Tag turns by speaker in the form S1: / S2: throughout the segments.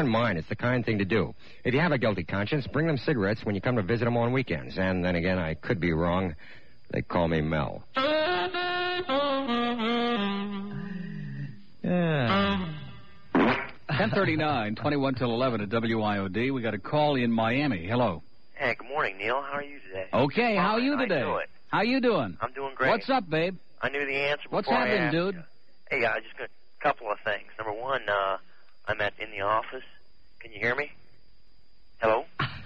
S1: in mind, it's the kind thing to do. If you have a guilty conscience, bring them cigarettes when you come to visit them on weekends. And then again, I could be wrong. They call me Mel.
S2: Yeah. 1039, 21 till 11 at WIOD. We got a call in Miami. Hello.
S3: Hey, good morning, Neil. How are you today?
S2: Okay, how are you today?
S3: I knew it.
S2: How you doing?
S3: I'm doing great.
S2: What's up, babe?
S3: I knew the answer before
S2: What's
S3: I
S2: happening,
S3: asked
S2: dude?
S3: You. Hey, I just got a couple of things. Number one, uh, I'm at in the office. Can you hear me? Hello.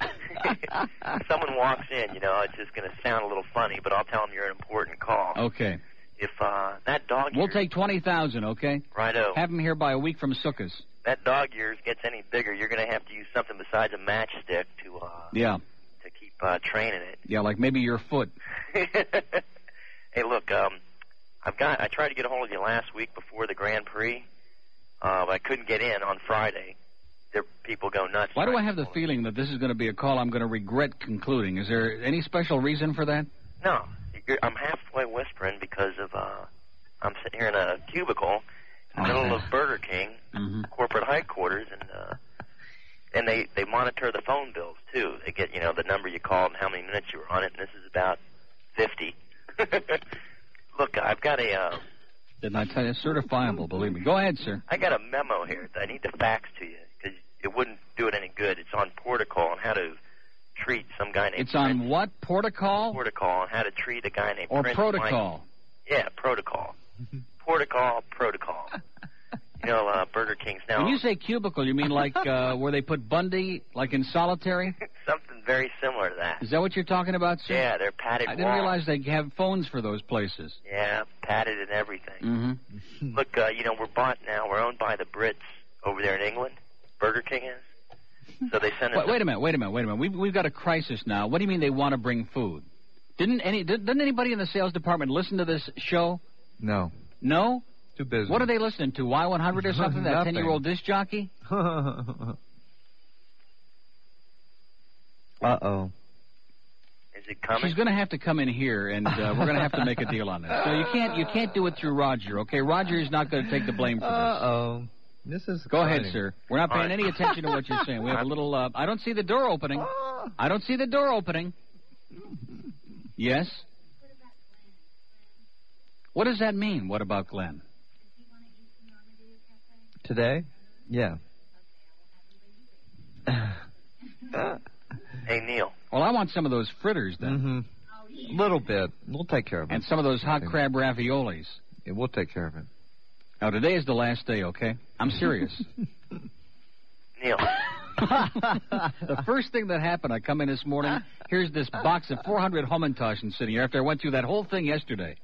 S3: If someone walks in, you know, it's just going to sound a little funny, but I'll tell them you're an important call.
S2: Okay.
S3: If uh, that dog
S2: We'll
S3: ears,
S2: take 20,000, okay?
S3: righto,
S2: Have him here by a week from Sukkah's.
S3: that dog ears gets any bigger, you're going to have to use something besides a matchstick to uh,
S2: Yeah.
S3: to keep uh, training it.
S2: Yeah, like maybe your foot.
S3: hey, look, um, I've got. I tried to get a hold of you last week before the Grand Prix, uh, but I couldn't get in on Friday. There, people go nuts.
S2: Why do
S3: trying
S2: I
S3: to
S2: have the
S3: get a hold
S2: feeling that this is going to be a call I'm going to regret concluding? Is there any special reason for that?
S3: of you. No, you're, I'm halfway whispering because of. Uh, I'm sitting here in a cubicle in the middle of Burger King
S2: Mm-hmm.
S3: corporate headquarters, and uh, and they they monitor the phone bills too. They get you know the number you called and how many minutes you were on it. And this is about fifty. Look, I've got a. Uh,
S2: Didn't I tell you? Certifiable, believe me. Go ahead, sir.
S3: I got a memo here that I need to fax to you because it wouldn't do it any good. It's on protocol on how to treat some guy named
S2: It's on
S3: Prince-
S2: what? Protocol
S3: protocol on how to treat a guy named
S2: or
S3: Prince Mike-
S2: protocol?
S3: Yeah, protocol. protocol, protocol. You know, uh, Burger King's now
S2: When you say cubicle, you mean like uh, where they put Bundy, like in solitary?
S3: something very similar to that.
S2: Is that what you're talking about, sir?
S3: Yeah, they're padded
S2: I didn't realize
S3: walls.
S2: they have phones for those places.
S3: Yeah, padded and everything.
S2: Mm-hmm.
S3: Look, uh, you know, we're bought now. We're owned by the Brits over there in England. Burger King is. So they send us.
S2: Wait, wait a minute, wait a minute, wait a minute. We've, we've got a crisis now. What do you mean they want to bring food? Didn't any did, didn't anybody in the sales department listen to this show?
S4: No.
S2: No.
S4: Too busy.
S2: What are they listening to? Y100 or something? That
S4: Nothing.
S2: ten year old disc jockey?
S4: uh oh.
S3: Is it coming?
S2: She's going to have to come in here, and uh, we're going to have to make a deal on this. So you can't you can't do it through Roger, okay? Roger is not going to take the blame
S4: Uh
S2: for this.
S4: oh. This is.
S2: Go ahead,
S4: exciting.
S2: sir. We're not
S3: All
S2: paying
S3: right.
S2: any attention to what you're saying. We have a little. Uh, I don't see the door opening.
S4: Ah.
S2: I don't see the door opening. Yes. What does that mean? What about Glenn?
S4: Today? Yeah. Uh.
S3: Hey Neil,
S2: Well, I want some of those fritters then,
S4: mm-hmm. Little bit. We'll take care of it.
S2: and some of those hot crab raviolis.
S4: Yeah, we'll take care of it.
S2: Now today is the last day, okay? I'm serious.
S3: Neil,
S2: the first thing that happened, I come in this morning. Here's this box of 400 Humintashen sitting here after I went through that whole thing yesterday.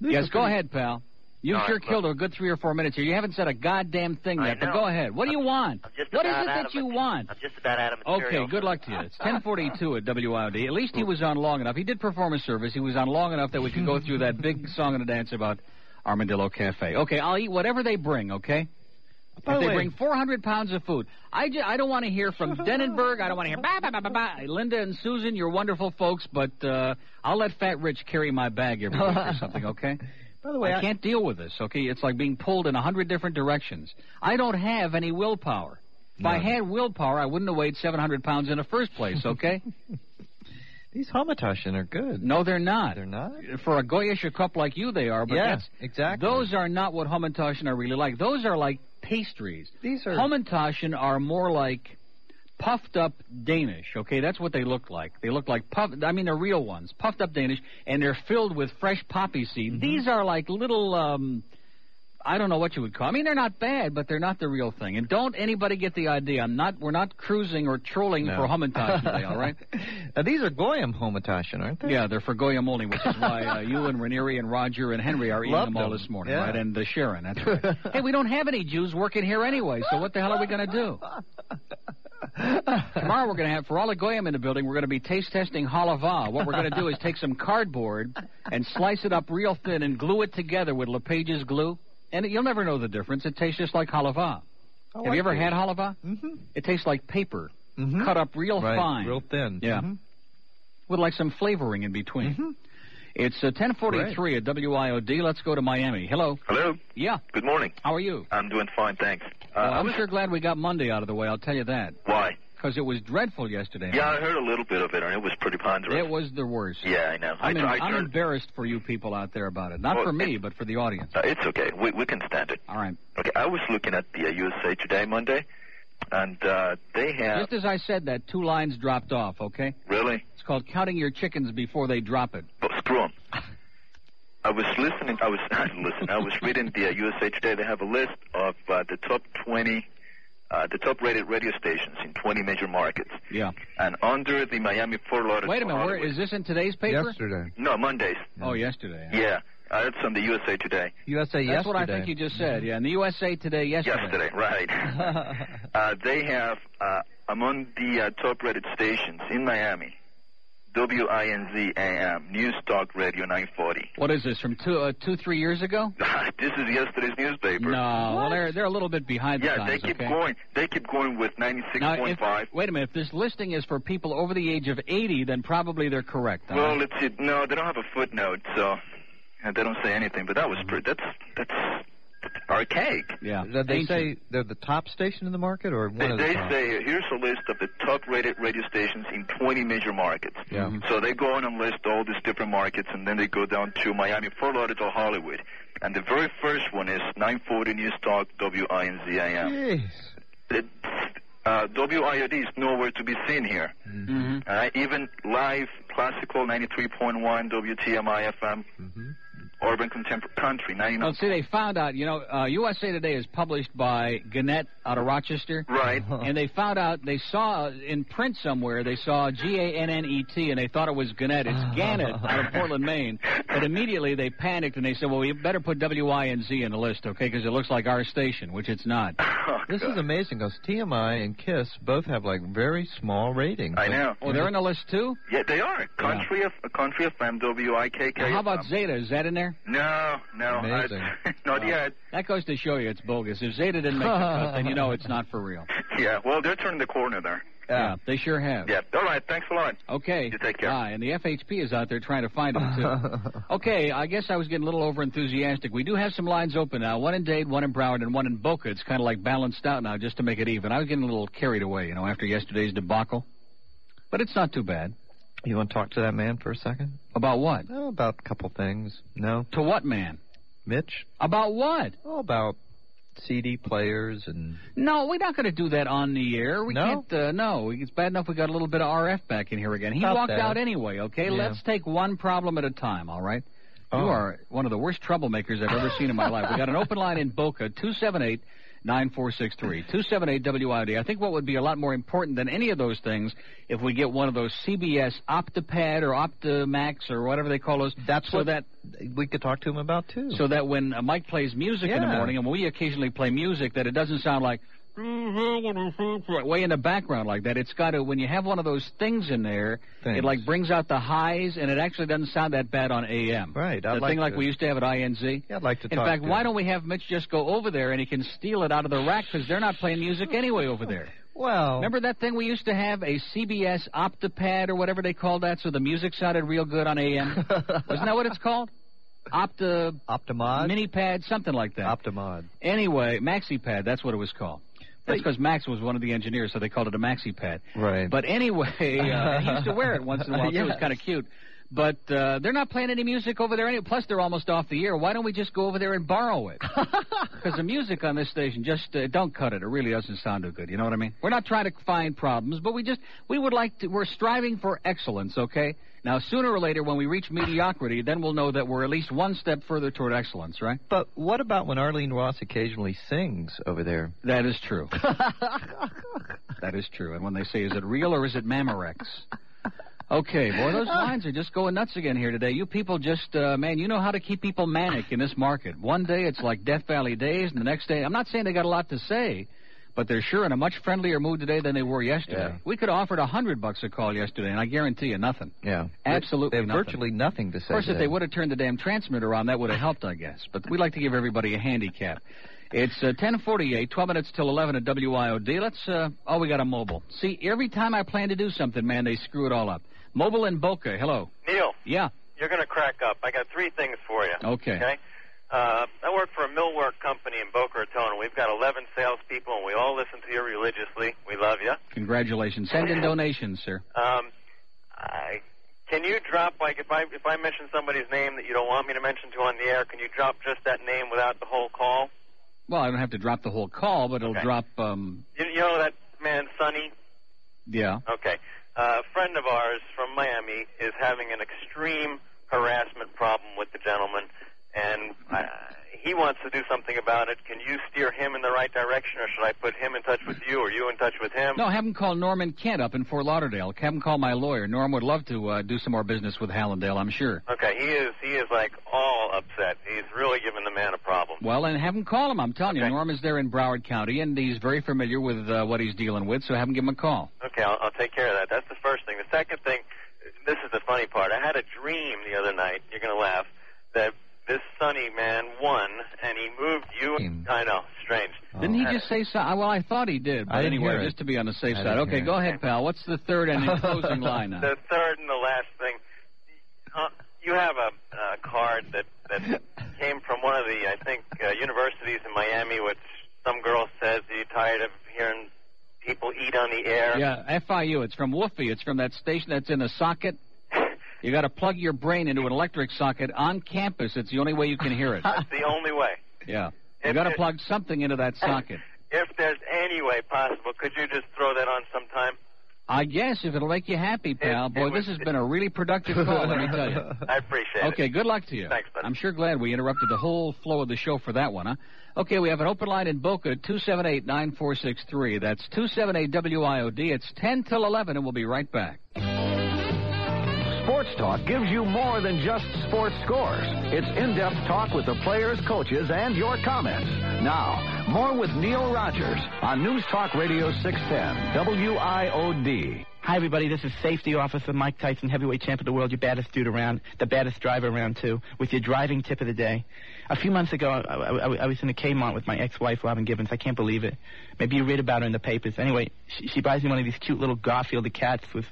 S2: yes, go ahead, pal. You
S3: All right,
S2: sure
S3: look.
S2: killed a good three or four minutes here. You haven't said a goddamn thing
S3: I
S2: yet, but
S3: know.
S2: go ahead. What do you want?
S3: I'm just
S2: What is
S3: about
S2: it
S3: out
S2: that
S3: of
S2: you
S3: mate-
S2: want?
S3: I'm just about out of material.
S2: Okay, good luck to you. It's 1042 at WIOD. At least he was on long enough. He did perform a service. He was on long enough that we could go through that big song and a dance about Armadillo Cafe. Okay, I'll eat whatever they bring, okay?
S4: By
S2: if
S4: the
S2: they
S4: way-
S2: bring 400 pounds of food. I, ju- I don't want to hear from Denenberg. I don't want to hear bah, bah, bah, bah, bah. Linda and Susan, you're wonderful folks, but uh, I'll let Fat Rich carry my bag every week or something, okay?
S4: By the way,
S2: I can't deal with this, okay? It's like being pulled in a hundred different directions. I don't have any willpower. If I had willpower, I wouldn't have weighed 700 pounds in the first place, okay?
S4: These Hamantaschen are good.
S2: no, they're not.
S4: They're not?
S2: For a goyish cup like you, they are, but
S4: yeah,
S2: that's,
S4: exactly.
S2: those are not what Hamantaschen are really like. Those are like pastries.
S4: These are.
S2: Hamantaschen are more like puffed up Danish, okay? That's what they look like. They look like puff I mean, they're real ones, puffed up Danish, and they're filled with fresh poppy seed. These are like little, um, I don't know what you would call. I mean, they're not bad, but they're not the real thing. And don't anybody get the idea. I'm not. We're not cruising or trolling
S4: No.
S2: for Hamantaschen today. All right.
S4: Now, these are Goyam Hamantaschen, aren't they?
S2: Yeah, they're for Goyam only, which is why uh, you and Ranieri and Roger and Henry are eating
S4: Loved
S2: them all
S4: them.
S2: this morning,
S4: Yeah.
S2: right? And uh, Sharon, that's right. hey, we don't have any Jews working here anyway, so what the hell are we going to do? Tomorrow we're going to have, for all the Goyam in the building, we're going to be taste testing halava. What we're going to do is take some cardboard and slice it up real thin and glue it together with LePage's glue. And you'll never know the difference. It tastes just like halava. have you ever had halava?
S4: Mm-hmm.
S2: It tastes like paper,
S4: Mm-hmm.
S2: cut up real
S4: right,
S2: fine
S4: Real thin. Mm-hmm.
S2: Yeah.
S4: Mhm.
S2: with like some flavoring in between. It's uh, 1043 at WIOD. Let's go to Miami. Hello.
S5: Hello.
S2: Yeah.
S5: Good morning.
S2: How are you?
S5: I'm doing fine, thanks. Uh,
S2: Well,
S5: I
S2: I'm
S5: was-
S2: sure glad we got Monday out of the way. I'll tell you that.
S5: Why?
S2: Because it was dreadful yesterday.
S5: Yeah, I heard a little bit of it, and it was pretty ponderous.
S2: It was the worst.
S5: Yeah, I know. I
S2: I'm,
S5: tr-
S2: en-
S5: I
S2: I'm
S5: turned-
S2: embarrassed for you people out there about it. Not
S5: Well,
S2: for me, but for the audience.
S5: Uh, it's okay. We, we can stand it.
S2: All right.
S5: Okay, I was looking at the uh, USA Today Monday, and uh, they have
S2: Just as I said that, two lines dropped off, okay?
S5: really
S2: It's called counting your chickens before they drop it.
S5: but screw 'em. I was listening. I was listen. I was reading the uh, USA Today. They have a list of uh, the top 20, uh, the top rated radio stations in 20 major markets,
S2: Yeah.
S5: and under the Miami Fort Lauderdale.
S2: Wait a minute. Where,
S5: Hollywood-
S2: is this in today's paper?
S4: Yesterday.
S5: No, Mondays.
S2: Oh, yesterday.
S5: Yeah, uh, it's on the USA Today.
S4: USA
S2: That's what I
S4: yesterday.
S2: think you just said. Yeah, in the USA Today yesterday.
S5: Yesterday, right? Uh, they have uh, among the uh, top rated stations in Miami, WINZ AM News Talk Radio 940.
S2: What is this from two, uh, two three years ago?
S5: this is yesterday's newspaper.
S2: No, well they're they're a little bit behind the
S5: Yeah, they
S2: times.
S5: keep
S2: okay?
S5: going. They keep going with
S2: Now, if,
S5: 96.5.
S2: wait a minute. If this listing is for people over the age of 80, then probably they're correct. all
S5: Well,
S2: right?
S5: let's see. No, they don't have a footnote, so uh, they don't say anything. But that
S2: Mm-hmm.
S5: was pretty. That's that's archaic.
S2: yeah.
S4: Did they
S2: Ancient.
S4: say they're the top station in the market or one
S5: They,
S4: of the
S5: they
S4: top?
S5: say here's a list of the top rated radio stations in 20 major markets.
S4: Yeah.
S2: Mm-hmm.
S5: So they go on and list all these different markets, and then they go down to Miami, Fort Lauderdale, Hollywood. And the very first one is 940 News Talk WINZIM.
S4: Jeez.
S5: It, uh, WIOD is nowhere to be seen here.
S6: Mm-hmm.
S2: Mhm.
S5: All right? Even live classical 93.1 WTMI FM,
S2: Mm-hmm.
S5: urban contemporary country 99.
S2: Well, see, they found out. You know, uh, USA Today is published by Gannett out of Rochester.
S5: Right.
S2: And they found out they saw in print somewhere they saw G A N N E T and they thought it was Gannett. It's Gannett out of Portland, Maine. But immediately they panicked and they said, "Well, we better put W I and Z in the list, okay? Because it looks like our station, which it's not."
S5: Oh,
S4: This is amazing because TMI and Kiss both have like very small ratings.
S5: I know.
S2: Oh, they're in the list too.
S5: Yeah, they are. Country of country FM WIKK.
S2: Now, how about
S5: FM.
S2: Zeta? Is that in there?
S5: No, no, I,
S4: Amazing.
S5: not yet.
S2: That goes to show you it's bogus. If Zeta didn't make the cut, then you know it's not for real.
S5: Yeah, well, they're turning the corner there.
S2: Yeah, they sure have.
S5: Yeah. All right. Thanks a lot.
S2: Okay.
S5: You take care.
S2: Bye. and the FHP is out there trying to find him, too. okay, I guess I was getting a little over enthusiastic. We do have some lines open now one in Dade, one in Broward, and one in Boca. It's kind of like balanced out now just to make it even. I was getting a little carried away, you know, after yesterday's debacle. But it's not too bad.
S4: You want to talk to that man for a second?
S2: About what?
S4: Oh, about a couple things. No,
S2: To what, man?
S4: Mitch.
S2: About what?
S4: Oh, about CD players and
S2: No, we're not going to do that on the air. We
S4: No?
S2: can't. Uh, no, it's bad enough we got a little bit of RF back in here again. He
S4: About
S2: walked
S4: that.
S2: out anyway. Okay,
S4: Yeah.
S2: let's take one problem at a time. All right. You
S4: Oh.
S2: are one of the worst troublemakers I've ever seen in my life. We got an open line in Boca, two seven eight nine four six three two seven eight WID. I think what would be a lot more important than any of those things if we get one of those CBS OptiPad or OptiMax or whatever they call those.
S4: That's
S2: so
S4: what-
S2: that
S4: we could talk to him about too.
S2: so that when uh, Mike plays music in the
S4: Yeah.
S2: morning, and we occasionally play music, that it doesn't sound like way in the background like that. It's got to when you have one of those things in there, it
S4: Things.
S2: like brings out the highs, and it actually doesn't sound that bad on AM.
S4: Right,
S2: The
S4: I'd like
S2: thing like
S4: to-
S2: we used to have at INZ.
S4: yeah, I'd like to
S2: In
S4: talk.
S2: fact,
S4: to
S2: why
S4: him.
S2: don't we have Mitch just go over there and he can steal it out of the rack because they're not playing music anyway over there.
S4: Well,
S2: Remember that thing we used to have, a CBS OptiPad or whatever they called that, so the music sounded real good on AM? Wasn't that what it's called? Opta
S4: Optimod.
S2: mini pad, something like that.
S4: Optimod.
S2: anyway, maxi pad, that's what it was called. That's because Max was one of the engineers, so they called it a maxi pad.
S4: Right.
S2: But anyway, uh, he used to wear it once in a while. Too. It was
S4: Yes.
S2: kind of cute. But uh, they're not playing any music over there. Any- Plus, they're almost off the air. Why don't we just go over there and borrow it? Because the music on this station just uh, don't cut it. It really doesn't sound too good. You know what I mean? We're not trying to find problems, but we just we would like to. We're striving for excellence. Okay. Now, sooner or later, when we reach mediocrity, then we'll know that we're at least one step further toward excellence. Right.
S4: But what about when Arlene Ross occasionally sings over there?
S2: That is true. that is true. And when they say, is it real or is it Mamorex? Okay, boy, those lines are just going nuts again here today. You people just, uh, man, you know how to keep people manic in this market. One day it's like Death Valley days, and the next day, I'm not saying they got a lot to say, but they're sure in a much friendlier mood today than they were yesterday.
S4: Yeah.
S2: We could have offered a hundred bucks a call yesterday, and I guarantee you nothing.
S4: Yeah,
S2: Absolutely
S4: They have
S2: nothing.
S4: virtually nothing to say.
S2: Of course, if
S4: to
S2: they
S4: them.
S2: would have turned the damn transmitter on, that would have helped, I guess. But we'd like to give everybody a handicap. It's uh, 1048, 12 minutes till 11 at WIOD. Let's, uh, oh, we got a mobile. See, every time I plan to do something, man, they screw it all up. Mobile in Boca, hello.
S5: Neil,
S2: Yeah,
S5: you
S6: You're going to crack up. I got three things for you.
S2: Okay.
S6: Okay. Uh, I work for a millwork company in Boca Raton. We've got 11 salespeople, and we all listen to you religiously. We love you.
S2: Congratulations. Send in donations, sir.
S6: Um, I, can you drop like if I if I mention somebody's name that you don't want me to mention to on the air? Can you drop just that name without the whole call?
S2: Well, I don't have to drop the whole call, but it'll
S6: Okay.
S2: drop. Um,
S6: You, you know that man Sonny.
S2: yeah.
S6: Okay. Uh, a friend of ours from Miami is having an extreme harassment problem with the gentleman, and uh, he wants to do something about it. Can you steer him in the right direction, or should I put him in touch with you, or you in touch with him?
S2: No, have him call Norman Kent up in Fort Lauderdale. Have him call my lawyer. Norm would love to uh, do some more business with Hallandale, I'm sure.
S6: Okay, he is he is like all upset. He's really giving the man a problem.
S2: Well, and have him call him. I'm telling you, Norm is there in Broward County, and he's very familiar with uh, what he's dealing with, so have him give him a call.
S6: Okay, I'll, I'll take care of that. That's the first thing. The second thing, this is the funny part. I had a dream the other night. You're gonna laugh that this sunny man won, and he moved you.
S4: Hmm.
S6: I know, strange.
S2: Didn't he just say so? uh, Well, I thought he did, but
S4: Oh. I didn't
S2: anyway,
S4: hear it.
S2: just to be on the safe
S4: I
S2: side.
S4: didn't
S2: Okay,
S4: hear
S2: go
S4: it.
S2: ahead, pal. What's the third and closing line now?
S6: The third and the last thing, uh, you have a uh, card that that came from one of the I think uh, universities in Miami, which some girl says, "Are you tired of hearing people eat on the air?"
S2: Yeah, FIU. It's from Woofy. It's from that station that's in a socket. You got to plug your brain into an electric socket on campus. It's the only way you can hear it.
S6: That's the only way.
S2: Yeah. You got to plug something into that socket.
S6: If there's any way possible, could you just throw that on sometime?
S2: I guess if it'll make you happy, pal.
S6: It- it
S2: Boy, this has
S6: was-
S2: been a really productive call, let me tell you.
S6: I appreciate it.
S2: Okay, good luck to you.
S6: Thanks, buddy.
S2: I'm sure glad we interrupted the whole flow of the show for that one, huh? Okay, we have an open line in Boca, 278-9463. That's 278-WIOD. It's 10 till 11, and we'll be right back.
S7: Sports Talk gives you more than just sports scores. It's in-depth talk with the players, coaches, and your comments. Now, more with Neil Rogers on News Talk Radio 610 WIOD.
S8: Hi, everybody. This is Safety Officer Mike Tyson, heavyweight champ of the world, your baddest dude around, the baddest driver around, too, with your driving tip of the day. A few months ago, I, I- I was in a Kmart with my ex-wife, Robin Gibbons. I can't believe it. Maybe you read about her in the papers. Anyway, she, she buys me one of these cute little Garfield cats with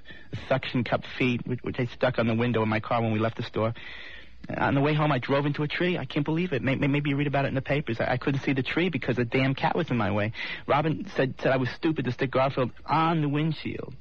S8: suction cup feet, which, which I stuck on the window of my car when we left the store. On the way home, I drove into a tree. I can't believe it. May- may- Maybe you read about it in the papers. I, I couldn't see the tree because a damn cat was in my way. Robin said, said I was stupid to stick Garfield on the windshield.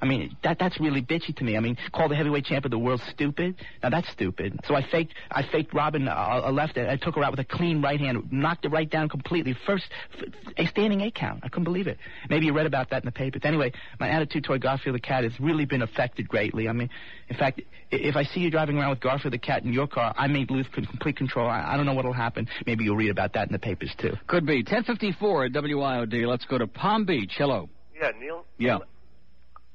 S8: I mean, that that's really bitchy to me. I mean, call the heavyweight champ of the world stupid. Now that's stupid. So I faked I faked Robin a, a left. I took her out with a clean right hand, knocked it right down completely. First, f- a standing eight count. I couldn't believe it. Maybe you read about that in the papers. Anyway, my attitude toward Garfield the cat has really been affected greatly. I mean, in fact, i- if I see you driving around with Garfield the cat in your car, I may lose con- complete control. I, I don't know what'll happen. Maybe you'll read about that in the papers too.
S2: Could be. 1054 at WIOD. Let's go to Palm Beach. Hello.
S9: Yeah, Neil,
S2: Yeah.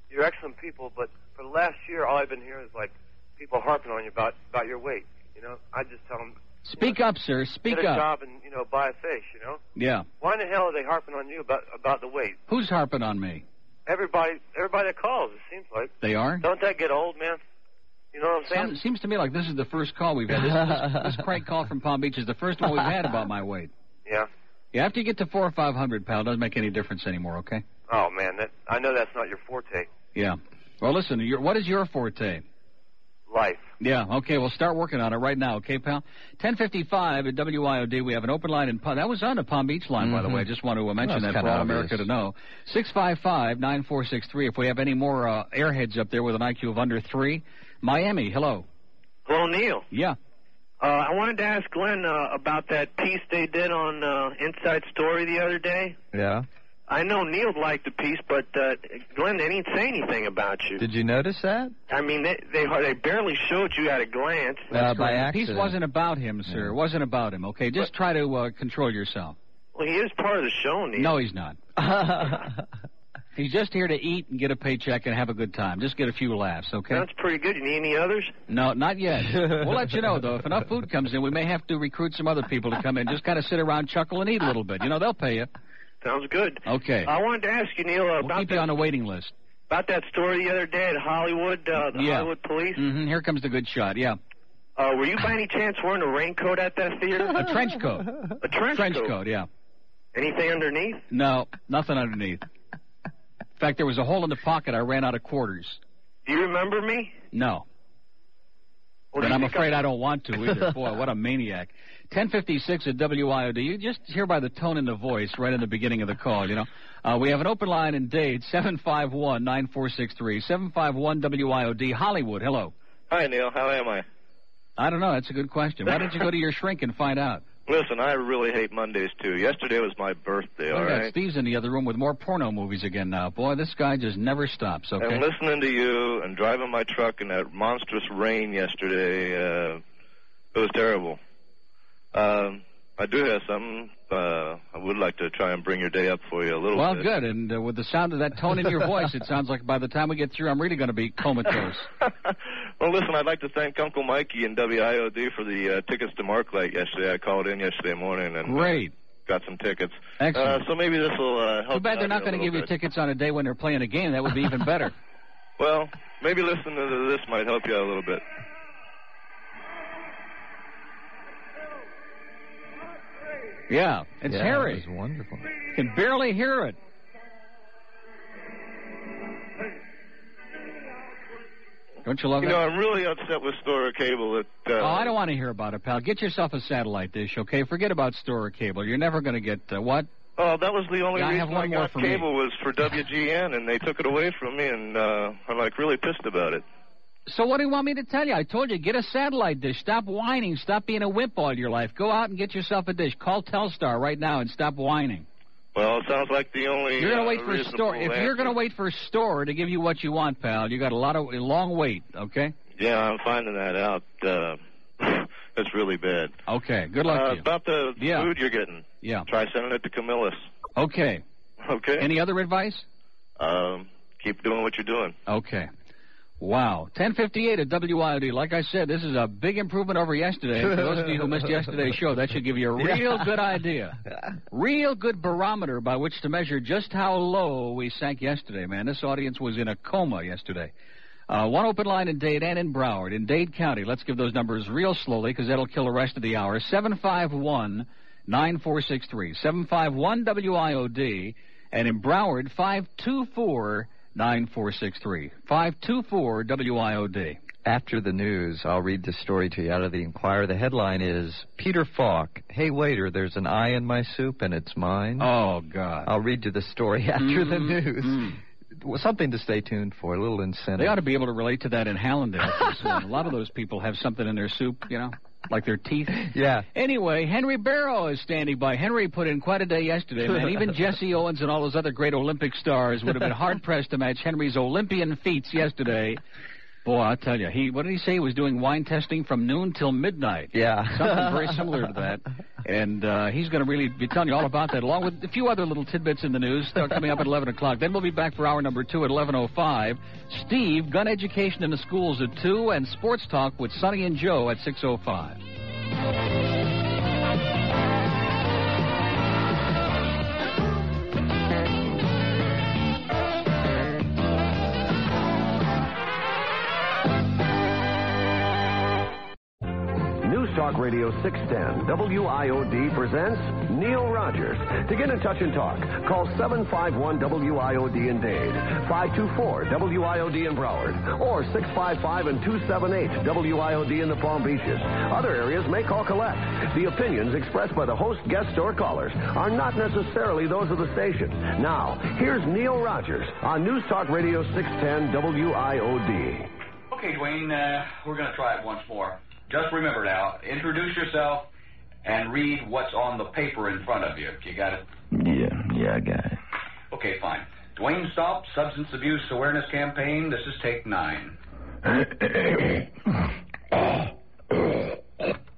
S9: you're excellent people, but for the last year, all I've been hearing is like people harping on you about about your weight. You know, I just tell them
S2: Speak up, sir. Speak
S9: get a
S2: up.
S9: job and you know buy a fish. You know,
S2: Yeah.
S9: why in the hell are they harping on you about about the weight?
S2: Who's harping on me?
S9: Everybody, everybody that calls, it seems like.
S2: They are?
S9: Don't that get old, man? You know what I'm saying?
S2: Some, seems to me like this is the first call we've had. This, this, this crank call from Palm Beach is the first one we've had about my weight.
S9: Yeah.
S2: Yeah, after you get to four or five hundred, pal, it doesn't make any difference anymore. Okay.
S9: Oh man, that I know that's not your forte.
S2: Yeah. Well, listen. Your, what is your forte?
S9: Life.
S2: Yeah. Okay. We'll start working on it right now. Okay, pal. Ten fifty-five at WIOD. We have an open line in Palm. That was on the Palm Beach line, by the way. I just want to uh, mention
S4: Well,
S2: that
S4: that's
S2: for all
S4: Mm-hmm. kinda
S2: America
S4: obvious.
S2: to know. Six five five nine four six three. If we have any more uh, airheads up there with an IQ of under three, Miami. Hello.
S6: Hello, Neil.
S2: Yeah.
S6: Uh, I wanted to ask Glenn uh, about that piece they did on uh, Inside Story the other day.
S4: Yeah.
S6: I know Neil liked the piece, but uh, Glenn, they didn't say anything about you.
S4: Did you notice that?
S6: I mean, they, they they barely showed you at a glance.
S4: Uh, by
S2: The piece
S4: accident.
S2: wasn't about him, sir. It wasn't about him. Okay. Just try to uh, control yourself.
S6: Well, he is part of the show, Neil.
S2: No, he's not. He's just here to eat and get a paycheck and have a good time. Just get a few laughs, okay?
S6: That's pretty good. You need any others?
S2: No, not yet. We'll let you know though. If enough food comes in, we may have to recruit some other people to come in. Just kind of sit around, chuckle, and eat a little bit. You know, they'll pay you.
S6: Sounds good.
S2: Okay.
S6: I wanted to ask you, Neil, uh,
S2: We'll
S6: about
S2: keep you
S6: that,
S2: on a waiting list.
S6: about that story the other day at Hollywood, uh, the
S2: Yeah.
S6: Hollywood police.
S2: hmm Here comes the good shot. Yeah,
S6: Uh, were you by any chance wearing a raincoat at that theater?
S2: a trench coat.
S6: A trench,
S2: Trench coat. Yeah.
S6: Anything underneath?
S2: No, nothing underneath. In fact, there was a hole in the pocket. I ran out of quarters.
S6: Do you remember me?
S2: No. but I'm afraid I don't want to either. Boy, what a maniac. 1056 at WIOD. You just hear by the tone in the voice right in the beginning of the call, you know. Uh, we have an open line in Dade, 751-9463, 751 WIOD, Hollywood. Hello.
S10: Hi, Neil. How am I?
S2: I don't know. That's a good question. Why don't you go to your shrink and find out?
S10: Listen, I really hate Mondays too. Yesterday was my birthday.
S2: Look
S10: All
S2: at that.
S10: right.
S2: Steve's in the other room with more porno movies again now. Boy, this guy just never stops, okay?
S10: And listening to you and driving my truck in that monstrous rain yesterday, uh, it was terrible. Um, I do have something. Uh, I would like to try and bring your day up for you a little
S2: well,
S10: bit.
S2: good. And uh, with the sound of that tone in your voice, it sounds like by the time we get through, I'm really going to be comatose.
S10: Well, listen, I'd like to thank Uncle Mikey and WIOD for the uh, tickets to Marklight yesterday. I called in yesterday morning and
S2: Great.
S10: got some tickets.
S2: Excellent.
S10: Uh, so maybe this will uh, help.
S2: Too bad
S10: you
S2: they're
S10: out
S2: not
S10: here a
S2: going to
S10: little
S2: give you
S10: bit.
S2: tickets on a day when they're playing a game. That would be even better.
S10: Well, maybe listening to this might help you out a little bit.
S2: Yeah, it's
S4: Yeah,
S2: Harry.
S4: It was wonderful.
S2: Can barely hear it. Don't you love
S10: You
S2: that?
S10: know, I'm really upset with Stora Cable that. Uh,
S2: oh, I don't want to hear about it, pal. Get yourself a satellite dish, okay? Forget about store cable. You're never going to get uh, what?
S10: Oh, that was the only
S2: Yeah, I have
S10: reason
S2: one
S10: I
S2: more
S10: got
S2: for me.
S10: cable was for WGN, and they took it away from me, and uh, I'm like really pissed about it.
S2: So what do you want me to tell you? I told you, get a satellite dish. Stop whining. Stop being a wimp all your life. Go out and get yourself a dish. Call Telstar right now and stop whining.
S10: Well, it sounds like the only. uh,
S2: You're
S10: going to
S2: wait for a store. If you're going to wait for a store to give you what you want, pal, you got a lot of a long wait. Okay.
S10: Yeah, I'm finding that out. Uh, that's really bad.
S2: Okay. Good luck
S10: Uh,
S2: to you.
S10: About the
S2: Yeah.
S10: food you're getting,
S2: Yeah.
S10: try sending it to Camillus.
S2: Okay.
S10: Okay.
S2: Any other advice?
S10: Um, keep doing what you're doing.
S2: Okay. Wow. 1058 at WIOD. Like I said, this is a big improvement over yesterday. For those of you who missed yesterday's show, that should give you a real good idea. Real good barometer by which to measure just how low we sank yesterday, man. This audience was in a coma yesterday. Uh, one open line in Dade and in Broward. In Dade County, let's give those numbers real slowly because that'll kill the rest of the hour. 751 9463. 751 WIOD. And in Broward, 524 9463. 524 WIOD.
S4: After the news, I'll read the story to you out of the Inquirer. The headline is Peter Falk, Hey Waiter, there's an eye in my soup and it's mine.
S2: Oh, God.
S4: I'll read you the story after the
S2: Mm,
S4: news. Well, Something to stay tuned for, a little incentive.
S2: They ought to be able to relate to that in Hallandale. 'cause, uh, a lot of those people have something in their soup, you know, like their teeth.
S4: Yeah.
S2: Anyway, Henry Barrow is standing by. Henry put in quite a day yesterday, man. Even Jesse Owens and all those other great Olympic stars would have been hard pressed to match Henry's Olympian feats yesterday. Boy, I'll tell you, he what did he say? He was doing wine testing from noon till midnight.
S4: Yeah.
S2: Something very similar to that. And uh, he's going to really be telling you all about that, along with a few other little tidbits in the news start coming up at 11 o'clock. Then we'll be back for hour number two at 11.05. Steve, gun education in the schools at 2, and sports talk with Sonny and Joe at 6.05.
S7: News Talk Radio 610 WIOD presents Neil Rogers. To get in touch and talk, call 751 WIOD in Dade, 524 WIOD in Broward, or 655 and 278 WIOD in the Palm Beaches. Other areas may call collect. The opinions expressed by the host, guest, or callers are not necessarily those of the station. Now, here's Neil Rogers on News Talk Radio 610 WIOD.
S11: Okay, Dwayne, uh, we're going to try it once more. Just remember now, introduce yourself and read what's on the paper in front of you. You got it?
S12: Yeah, yeah, I got it.
S11: Okay, fine. Dwayne Stop, Substance Abuse Awareness Campaign. This is take nine.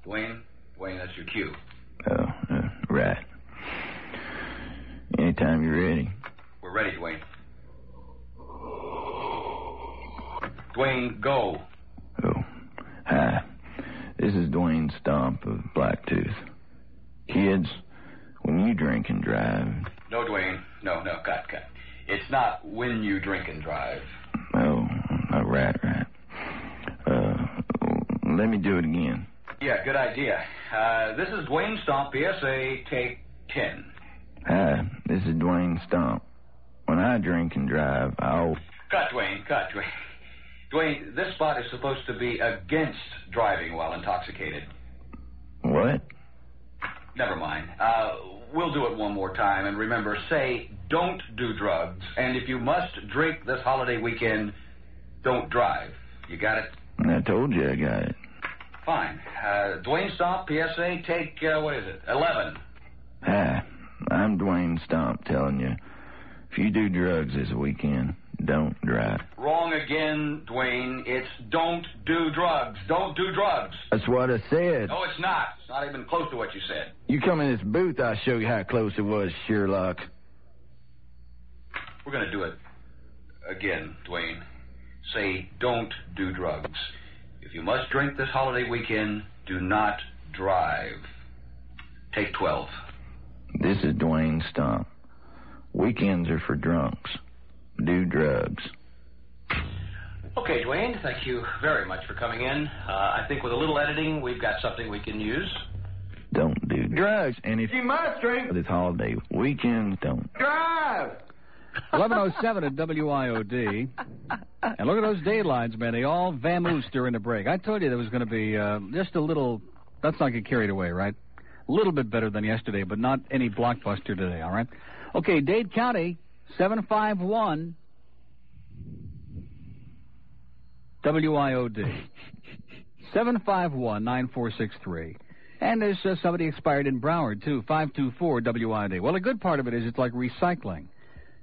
S11: Dwayne, Dwayne, that's your cue.
S12: Oh, uh, right. Anytime you're ready.
S11: We're ready, Dwayne. Dwayne, go.
S12: Hi, this is Dwayne Stomp of Blacktooth. Kids, when you drink and drive,
S11: No, Dwayne. No, no, cut, cut. It's not when you drink and drive.
S12: oh, uh, right, right. Uh, let me do it again.
S11: Yeah, good idea. Uh, this is Dwayne Stomp, PSA, take 10.
S12: Hi, this is Dwayne Stomp. When I drink and drive, I'll
S11: Cut, Dwayne, cut, Dwayne. Dwayne, this spot is supposed to be against driving while intoxicated.
S12: What?
S11: Never mind. Uh, we'll do it one more time. And remember, say, don't do drugs. And if you must drink this holiday weekend, don't drive. You got it?
S12: I told you I got it.
S11: Fine. Uh, Dwayne Stomp, PSA, take, uh, what is it, 11.
S12: Ah, I'm Dwayne Stomp telling you. If you do drugs this weekend, don't drive.
S11: Wrong again, Dwayne. It's don't do drugs. Don't do drugs.
S12: That's what I said.
S11: No, it's not. It's not even close to what you said.
S12: You come in this booth, I'll show you how close it was, Sherlock.
S11: We're going to do it again, Dwayne. Say, don't do drugs. If you must drink this holiday weekend, do not drive. Take 12.
S12: This is Dwayne Stomp. Weekends are for drunks. Do drugs.
S13: Okay, Dwayne, thank you very much for coming in. Uh, I think with a little editing, we've got something we can use.
S12: Don't do drugs. And if you must drink this holiday weekend, don't.
S2: Drive! 1107 at WIOD. And look at those deadlines, man. They all vamoosed during the break. I told you there was going to be uh, just a little, let's not get carried away, right? A little bit better than yesterday, but not any blockbuster today, all right? Okay, Dade County, 751 WIOD. 751 9463. And there's uh, somebody expired in Broward, too, 524 WIOD. Well, a good part of it is it's like recycling.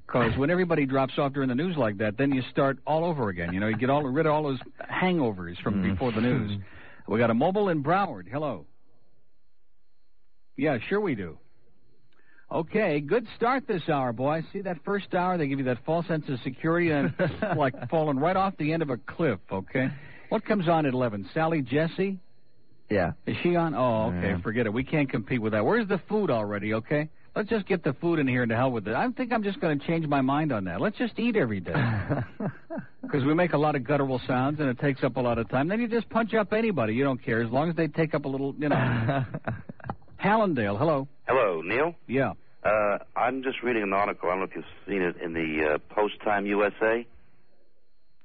S2: Because when everybody drops off during the news like that, then you start all over again. You know, you get all rid of all those hangovers from before the news. We got a mobile in Broward. Hello. Yeah, sure we do. Okay, good start this hour, boy. See that first hour? They give you that false sense of security and it's like falling right off the end of a cliff. Okay, what comes on at eleven? Sally Jesse.
S4: Yeah.
S2: Is she on? Oh, okay.
S4: Yeah.
S2: Forget it. We can't compete with that. Where's the food already? Okay. Let's just get the food in here and to hell with it. I think I'm just going to change my mind on that. Let's just eat every day. Because we make a lot of guttural sounds and it takes up a lot of time. Then you just punch up anybody. You don't care as long as they take up a little, you know. Hallandale, hello.
S14: Hello, Neil.
S2: Yeah.
S14: Uh, I'm just reading an article. I don't know if you've seen it in the uh, Post Time USA.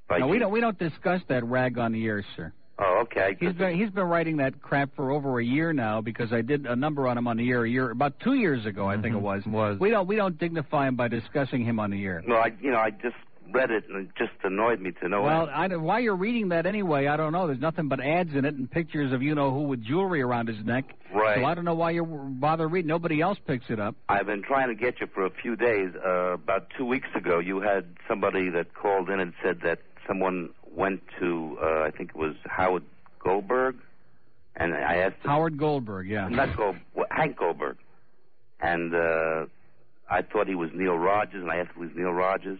S14: By
S2: No, we
S14: Jim-
S2: don't. We don't discuss that rag on the air, sir.
S14: Oh, okay.
S2: He's been he's been writing that crap for over a year now because I did a number on him on the air a year about two years ago I think it was.
S4: Mm-hmm. Was
S2: we don't we don't dignify him by discussing him on the air.
S14: Well, I, you know, I just read it and it just annoyed me to no
S2: well,
S14: end.
S2: I don't, why you're reading that anyway? I don't know. There's nothing but ads in it and pictures of you know who with jewelry around his neck.
S14: Right.
S2: So I don't know why you bother reading. Nobody else picks it up.
S14: I've been trying to get you for a few days. Uh, about two weeks ago, you had somebody that called in and said that someone went to, uh, I think it was Howard Goldberg, and I asked
S2: Howard Goldberg, yeah.
S14: Not Gold, well, Hank Goldberg. And uh, I thought he was Neil Rogers, and I asked if he was Neil Rogers.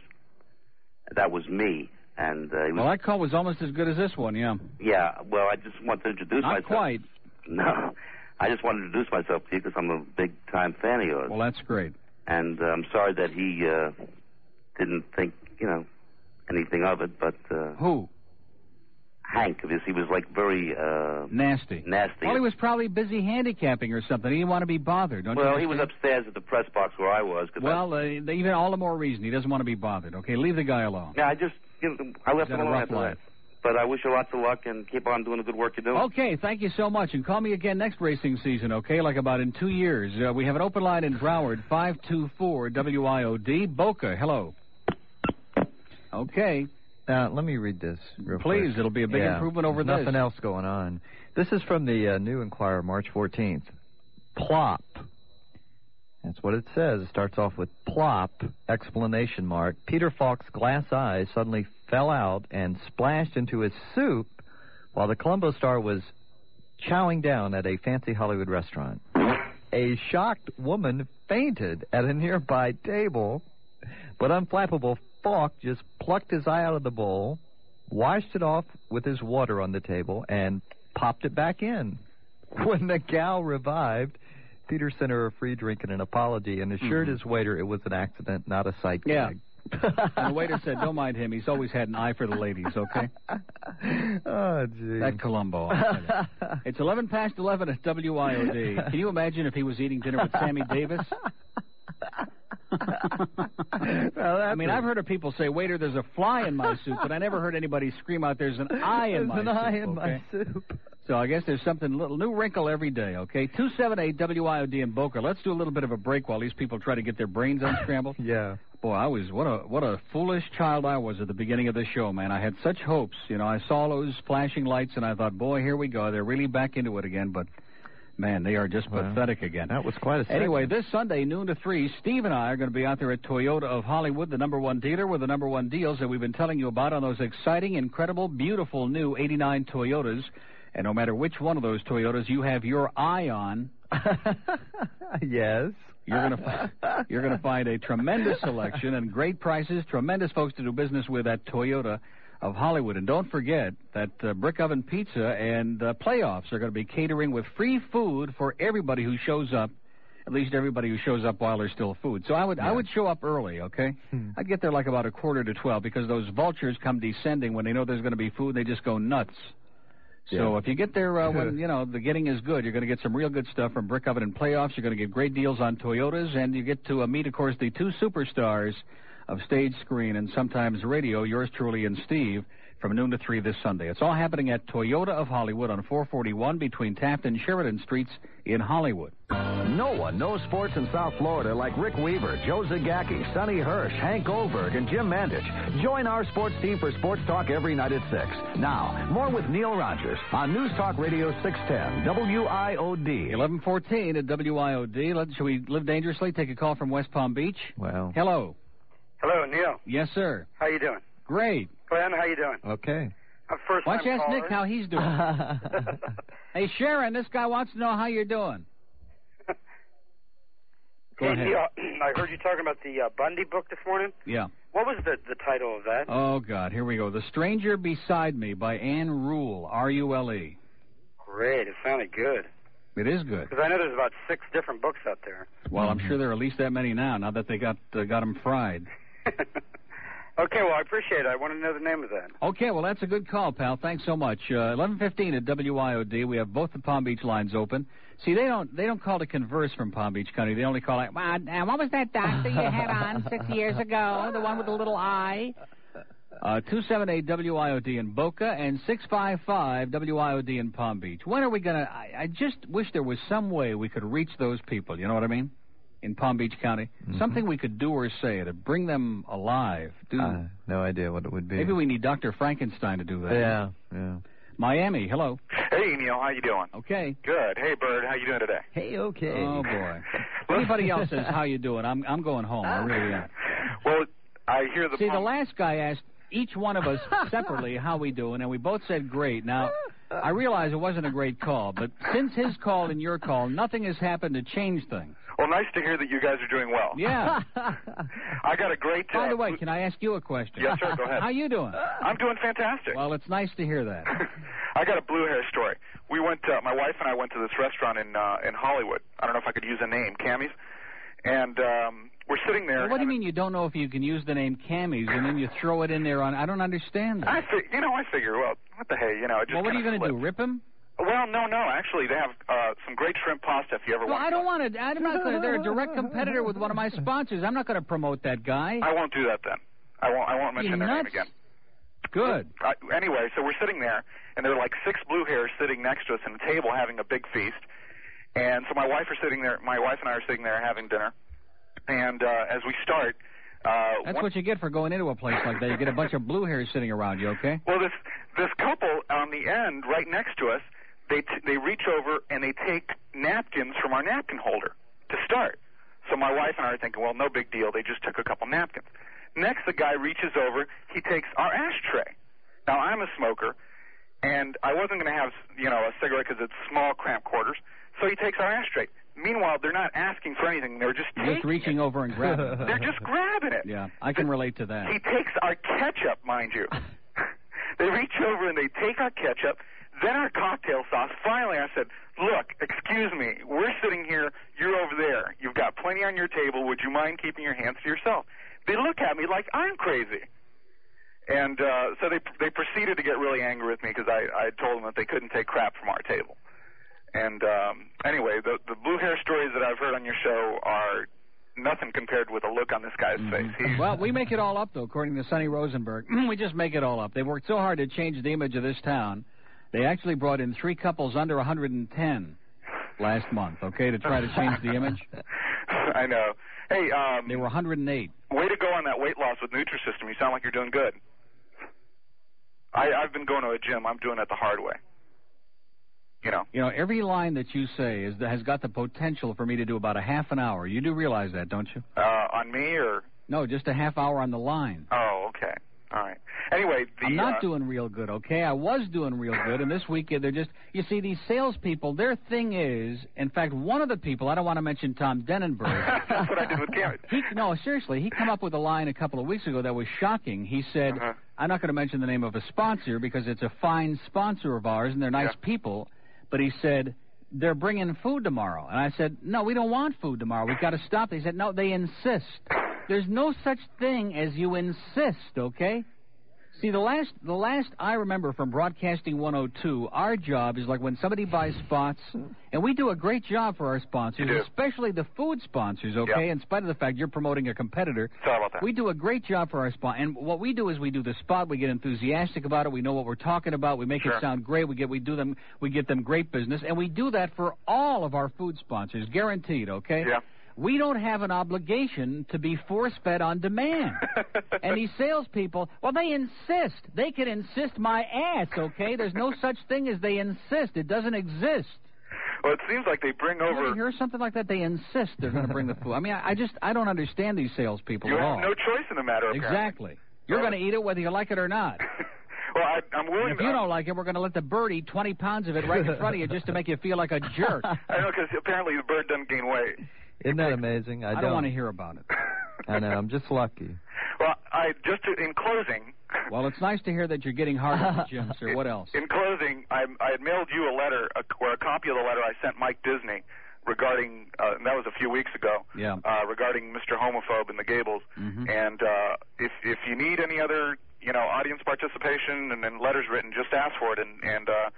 S14: That was me. And uh, he was,
S2: Well, that call was almost as good as this one, yeah.
S14: yeah, well, I just wanted to introduce
S2: Not
S14: myself.
S2: quite.
S14: No, I just wanted to introduce myself to you because I'm a big time fan of yours.
S2: Well, that's great.
S14: and uh, I'm sorry that he uh, didn't think, you know, anything of it. But uh,
S2: who?
S14: Hank, because he was like very uh,
S2: Nasty. Oh,
S14: nasty.
S2: Well, he was probably busy handicapping or something. He didn't want to be bothered. Don't
S14: Well,
S2: you
S14: he was upstairs at the press box where I was. 'cause I-
S2: Well, uh, even all the more reason he doesn't want to be bothered. Okay, leave the guy alone.
S14: Yeah, I just you know, I left
S2: He's had
S14: him
S2: a
S14: alone
S2: rough
S14: after
S2: life.
S14: that. But I wish you lots of luck and keep on doing the good work you're doing.
S2: Okay, thank you so much, and call me again next racing season. Okay, like about in two years. Uh, we have an open line in Broward, five two four WIOD Boca. Hello. Okay.
S4: Uh, let me read this. Real
S2: Please,
S4: quick.
S2: it'll be a big
S4: Yeah,
S2: improvement over
S4: nothing
S2: this.
S4: else going on. This is from the uh, New Enquirer, March 14th. Plop. That's what it says. It starts off with plop explanation mark. Peter Falk's glass eyes suddenly fell out and splashed into his soup, while the Colombo star was chowing down at a fancy Hollywood restaurant. A shocked woman fainted at a nearby table, but unflappable Falk just plucked his eye out of the bowl, washed it off with his water on the table, and popped it back in. When the gal revived, Peter sent her a free drink and an apology and assured his waiter it was an accident, not a sight
S2: Mm-hmm. Yeah.
S4: gag.
S2: and the waiter said, "Don't mind him. He's always had an eye for the ladies." Okay.
S4: Oh, gee.
S2: That Columbo. I'll tell you. it's eleven past eleven at WIOD. Can you imagine if he was eating dinner with Sammy Davis? I mean, I've heard of people say, "Waiter, there's a fly in my soup," but I never heard anybody scream out, "There's an eye in
S4: There's
S2: my
S4: an
S2: soup."
S4: eye in my
S2: okay? So I guess there's something little new wrinkle every day. Okay, two seven eight WIOD in Boca. Let's do a little bit of a break while these people try to get their brains unscrambled.
S4: yeah.
S2: Boy, I was what a what a foolish child I was at the beginning of the show, man. I had such hopes. You know, I saw those flashing lights and I thought, boy, here we go. They're really back into it again. But man, they are just pathetic again.
S4: That was quite a segment.
S2: Anyway, this Sunday, noon to three, Steve and I are going to be out there at Toyota of Hollywood, the number one dealer with the number one deals that we've been telling you about on those exciting, incredible, beautiful new 89 Toyotas. And no matter which one of those Toyotas you have your eye on,
S4: yes,
S2: you're going to you're going to find a tremendous selection and great prices, tremendous folks to do business with at Toyota of Hollywood. And don't forget that uh, Brick Oven Pizza and uh, Playoffs are going to be catering with free food for everybody who shows up. At least everybody who shows up while there's still food. So I would I would show up early, okay? I'd get there like about a quarter to twelve because those vultures come descending when they know there's going to be food. They just go nuts. So
S15: Yeah.
S2: if you get there uh, when you know the getting is good, you're going to get some real good stuff from Brick Oven and Playoffs. You're going to get great deals on Toyotas, and you get to uh, meet, of course, the two superstars of stage screen and sometimes radio. Yours truly and Steve from noon to three this Sunday. It's all happening at Toyota of Hollywood on 441 between Taft and Sheridan Streets in Hollywood.
S7: No one knows sports in South Florida like Rick Weaver, Joe Zagacki, Sonny Hirsch, Hank Goldberg, and Jim Mandich. Join our sports team for Sports Talk every night at 6. Now, more with Neil Rogers on News Talk Radio 610, WIOD.
S2: 1114 at WIOD. Let, should we live dangerously? Take a call from West Palm Beach.
S4: Wow.
S2: Hello.
S16: Hello, Neil.
S2: Yes, sir.
S16: How you doing?
S2: Great.
S16: Glenn, how you doing?
S4: Okay.
S16: I'm first
S2: Why don't you
S16: time
S2: ask
S16: caller.
S2: Nick how he's doing? hey, Sharon, this guy wants to know how you're doing. Go
S16: hey,
S2: ahead.
S16: Neil, I heard you talking about the uh, Bundy book this morning.
S2: Yeah.
S16: What was the the title of that?
S2: Oh, God, here we go. The Stranger Beside Me by Anne Rule, R U L E.
S16: Great. It sounded good.
S2: It is good.
S16: Because I know there's about six different books out there.
S2: Well, I'm sure there are at least that many now, now that they got uh, got 'em fried.
S16: Okay, well, I appreciate it. I want to know the name of that.
S2: Okay, well, that's a good call, pal. Thanks so much. Uh, 11:15 at WIOD. We have both the Palm Beach lines open. See, they don't they don't call to converse from Palm Beach County. They only call like, "Wow,
S17: Uh, what was that doctor you had on six years ago? The one with the little eye?
S2: Uh, 278 WIOD in Boca and 655 WIOD in Palm Beach. When are we going to? I I just wish there was some way we could reach those people, you know what I mean? In Palm Beach County.
S4: Mm-hmm.
S2: Something we could do or say to bring them alive. Do,
S4: Uh, no idea what it would be.
S2: maybe we need Dr. Frankenstein to do that.
S4: Yeah, yeah.
S2: Miami, hello.
S18: Hey Neil, how you doing?
S2: Okay.
S18: Good. Hey Bird, how you doing today?
S4: Hey, okay.
S2: Oh, boy. Anybody else says, How you doing? I'm, I'm going home. I really am.
S18: Well, I hear the
S2: See, the
S18: pump-
S2: last guy asked each one of us separately how we doing, and we both said great. Now, I realize it wasn't a great call, but since his call and your call, nothing has happened to change things.
S18: Well, nice to hear that you guys are doing well.
S2: Yeah.
S18: I got a great. Uh,
S2: By the way, can I ask you a question?
S18: Yes, sir, go ahead.
S2: How you doing?
S18: I'm doing fantastic.
S2: Well, it's nice to hear that.
S18: I got a blue hair story. We went. Uh, my wife and I went to this restaurant in uh, in Hollywood. I don't know if I could use a name, Cammy's, and um, we're sitting there.
S2: what do you mean you don't know if you can use the name Cammy's and then you throw it in there on? I don't understand that.
S18: I fig- you know, I figure, well, what the hey, you know, it just.
S2: well, what are you
S18: kinda
S2: going to do? Rip him?
S18: slipped. Well, no, no. Actually, they have uh, some great shrimp pasta if you ever
S2: Well,
S18: want.
S2: I don't want to. I'm not going to. They're a direct competitor with one of my sponsors. I'm not going to promote that guy.
S18: I won't do that then. I won't. I won't
S2: You
S18: mention their name
S2: nuts.
S18: again.
S2: Good.
S18: I, anyway, so we're sitting there, and there are like six blue hairs sitting next to us at a table having a big feast. And so my wife are sitting there. My wife and I are sitting there having dinner. And uh, as we start, uh,
S2: That's
S18: one,
S2: what you get for going into a place like that. You get a bunch of blue hairs sitting around you, okay?
S18: well, this this couple on the end, right next to us, they t- they reach over and they take napkins from our napkin holder to start. So my wife and I are thinking, well, no big deal. They just took a couple napkins. Next, the guy reaches over. He takes our ashtray. Now I'm a smoker, and I wasn't going to have you know a cigarette because it's small cramped quarters. So he takes our ashtray. Meanwhile, they're not asking for anything. They're just
S2: You're just
S18: taking
S2: reaching over and grabbing.
S18: it. They're just grabbing it.
S2: Yeah, I can relate to that.
S18: He takes our ketchup, mind you. they reach over and they take our ketchup, then our cocktail sauce. Finally, I said, Look, excuse me, we're sitting here, you're over there. You've got plenty on your table. Would you mind keeping your hands to yourself? They look at me like I'm crazy. And uh, so they they proceeded to get really angry with me because I, I told them that they couldn't take crap from our table. And um, anyway, the the blue hair stories that I've heard on your show are nothing compared with the look on this guy's face. He,
S2: Mm-hmm. Well, we make it all up, though, according to Sonny Rosenberg. Mm, we just make it all up. They worked so hard to change the image of this town, they actually brought in three couples under 110 last month, okay, to try to change the image.
S18: I know. Hey, um,
S2: they were 108.
S18: way to go on that weight loss with Nutrisystem. You sound like you're doing good. I, I've been going to a gym. I'm doing it the hard way. You know.
S2: You know, every line that you say is has got the potential for me to do about a half an hour. You do realize that, don't you?
S18: Uh, on me or?
S2: No, just a half hour on the line.
S18: Oh, okay. All right. Anyway, the
S2: I'm not
S18: uh,
S2: doing real good, okay? I was doing real good, and this weekend they're just. You see, these salespeople, their thing is. In fact, one of the people, I don't want to mention Tom Denenberg.
S18: That's what I did with Garrett.
S2: He, no, seriously, he came up with a line a couple of weeks ago that was shocking. He said,
S18: Uh-huh.
S2: "I'm not going to mention the name of a sponsor because it's a fine sponsor of ours, and they're nice people." But he said they're bringing food tomorrow, and I said, "No, we don't want food tomorrow. We've got to stop." They said, "No, they insist." There's no such thing as you insist, okay? See, the last the last I remember from Broadcasting 102, our job is like when somebody buys spots, and we do a great job for our sponsors,
S18: You do.
S2: especially the food sponsors. Okay, in spite of the fact you're promoting a competitor,
S18: Sorry about that.
S2: we do a great job for our spot. And what we do is we do the spot. We get enthusiastic about it. We know what we're talking about. We make
S18: Sure.
S2: it sound great. We get we do them we get them great business, and we do that for all of our food sponsors, guaranteed. Okay.
S18: Yeah.
S2: We don't have an obligation to be force fed on demand. and these salespeople, well, they insist. They can insist my ass, okay? There's no such thing as they insist. It doesn't exist.
S18: Well, it seems like they bring
S2: You ever
S18: over.
S2: hear something like that? They insist they're going to bring the food. I mean, I, I just, I don't understand these salespeople
S18: You
S2: at
S18: have
S2: all.
S18: no choice in the matter. Apparently.
S2: Exactly. You're going to eat it whether you like it or not.
S18: Well, I, I'm
S2: And
S18: willing.
S2: if you don't like it, we're going to let the bird eat 20 pounds of it right in front of you just to make you feel like a jerk.
S18: I know because apparently the bird doesn't gain weight.
S4: Isn't that amazing? I,
S2: I don't want to hear about it.
S4: I know. I'm just lucky.
S18: Well, I just to, in closing,
S2: Well, it's nice to hear that you're getting hard on the gym, sir. What else?
S18: in closing, I, I had mailed you a letter, a, or a copy of the letter I sent Mike Disney regarding. Uh, and that was a few weeks ago.
S2: Yeah.
S18: Uh, regarding Mr. Homophobe in the Gables,
S2: Mhm.
S18: and uh, if if you need any other, you know, audience participation and, and letters written, just ask for it, and and uh,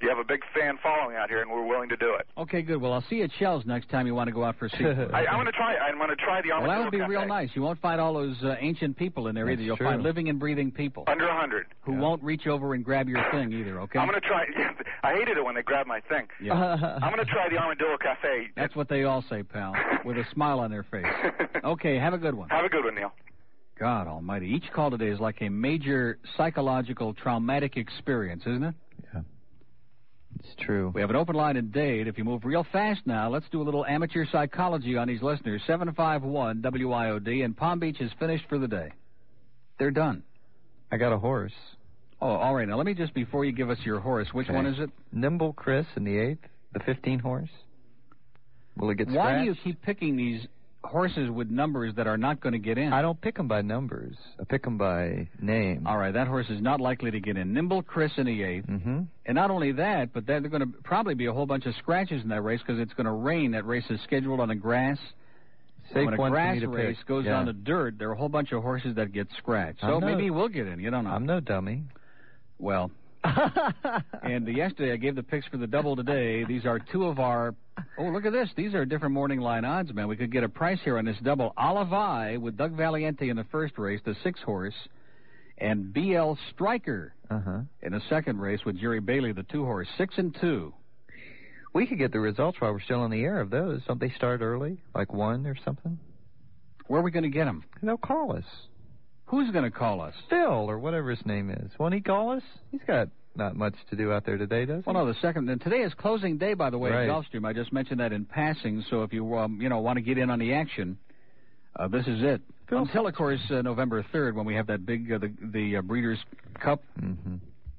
S18: you have a big fan following out here, and we're willing to do it.
S2: Okay, good. Well, I'll see you at Shell's next time you want to go out for a seafood.
S18: I, I want to try. I want to try the
S2: well, that
S18: armadillo.
S2: would be
S18: cafe.
S2: real nice. You won't find all those uh, ancient people in there either.
S18: That's
S2: You'll
S18: true.
S2: find living and breathing people
S18: Under a hundred.
S2: who won't reach over and grab your thing either, okay?
S18: I'm gonna try. I hated it when they grabbed my thing.
S2: Yeah.
S18: I'm gonna try the Armadillo Cafe.
S2: That's what they all say, pal, with a smile on their face. Okay, have a good one.
S18: Have a good one, Neil.
S2: God almighty. Each call today is like a major psychological traumatic experience, isn't it?
S4: It's true.
S2: We have an open line in Dade. If you move real fast now, let's do a little amateur psychology on these listeners. 751 WIOD, and Palm Beach is finished for the day. They're done.
S4: I got a horse.
S2: Oh, all right. Now, let me just, before you give us your horse, which
S4: Okay.
S2: one is it?
S4: Nimble Chris in the eighth, the 15 horse. Will it get
S2: Why
S4: scratched?
S2: do you keep picking these horses with numbers that are not going to get in?
S4: I don't pick them by numbers. I pick them by name.
S2: All right, that horse is not likely to get in. Nimble Chris in the eighth.
S4: Mm-hmm.
S2: And not only that, but there- they're going to probably be a whole bunch of scratches in that race because it's going to rain. That race is scheduled on a grass.
S4: Safe
S2: when a
S4: one
S2: grass
S4: for me to
S2: race
S4: pick.
S2: goes
S4: yeah.
S2: on the dirt, there are a whole bunch of horses that get scratched.
S4: I'm
S2: So
S4: no-
S2: maybe we'll get in. You don't know.
S4: I'm no dummy.
S2: Well,
S4: Uh-huh.
S2: and yesterday I gave the picks for the double today. These are two of our. Oh, look at this. These are different morning line odds, man. We could get a price here on this double. Olivai with Doug Valiente in the first race, the six horse, and BL Striker
S4: Uh huh.
S2: in the second race with Jerry Bailey, the two horse. Six and two.
S4: We could get the results while we're still in the air of those. Don't they start early, like one or something?
S2: Where are we going to get them?
S4: They'll call us.
S2: Who's going to call us?
S4: Phil or whatever his name is. Won't he call us? He's got not much to do out there today, does he?
S2: Well, no, the second. And today is closing day, by the way,
S4: Right.
S2: at Gulfstream. I just mentioned that in passing. So if you um, you know want to get in on the action, uh, this is it. Until of course uh, November third, when we have that big uh, the the uh, Breeders' Cup,
S4: Mm-hmm.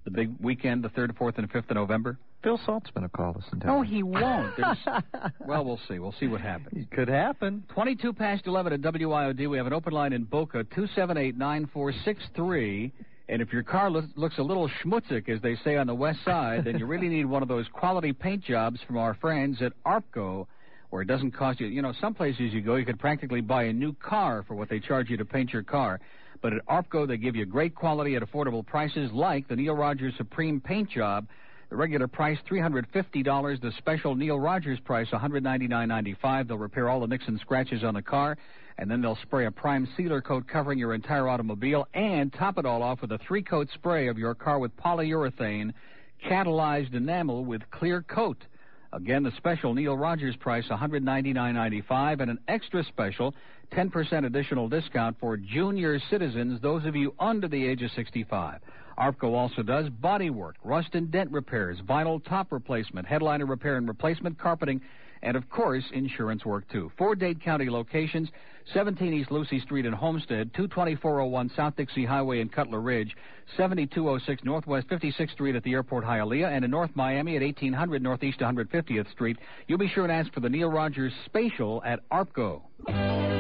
S2: the big weekend, the third, fourth, and fifth of November. Oh,
S4: Phil Saltzman will call us and tell
S2: No,
S4: us.
S2: he won't. There's- well, we'll see. We'll see what happens.
S4: It could happen.
S2: 22 past 11 at WIOD. We have an open line in Boca, 278 9463. And if your car lo- looks a little schmutzig, as they say on the west side, then you really need one of those quality paint jobs from our friends at ARPCO, where it doesn't cost you. You know, some places you go, you could practically buy a new car for what they charge you to paint your car. But at ARPCO, they give you great quality at affordable prices, like the Neil Rogers Supreme Paint Job. The regular price $350. The special Neil Rogers price $199.95. They'll repair all the nicks and scratches on the car, and then they'll spray a prime sealer coat covering your entire automobile, and top it all off with a three coat spray of your car with polyurethane catalyzed enamel with clear coat. Again, the special Neil Rogers price $199.95 and an extra special 10% additional discount for junior citizens, those of you under the age of 65. ARPCO also does body work, rust and dent repairs, vinyl top replacement, headliner repair and replacement, carpeting, and of course, insurance work too. Four Dade County locations 17 East Lucy Street in Homestead, 22401 South Dixie Highway in Cutler Ridge, 7206 Northwest 56th Street at the Airport Hialeah, and in North Miami at 1800 Northeast 150th Street. You'll be sure and ask for the Neil Rogers Spatial at ARPCO.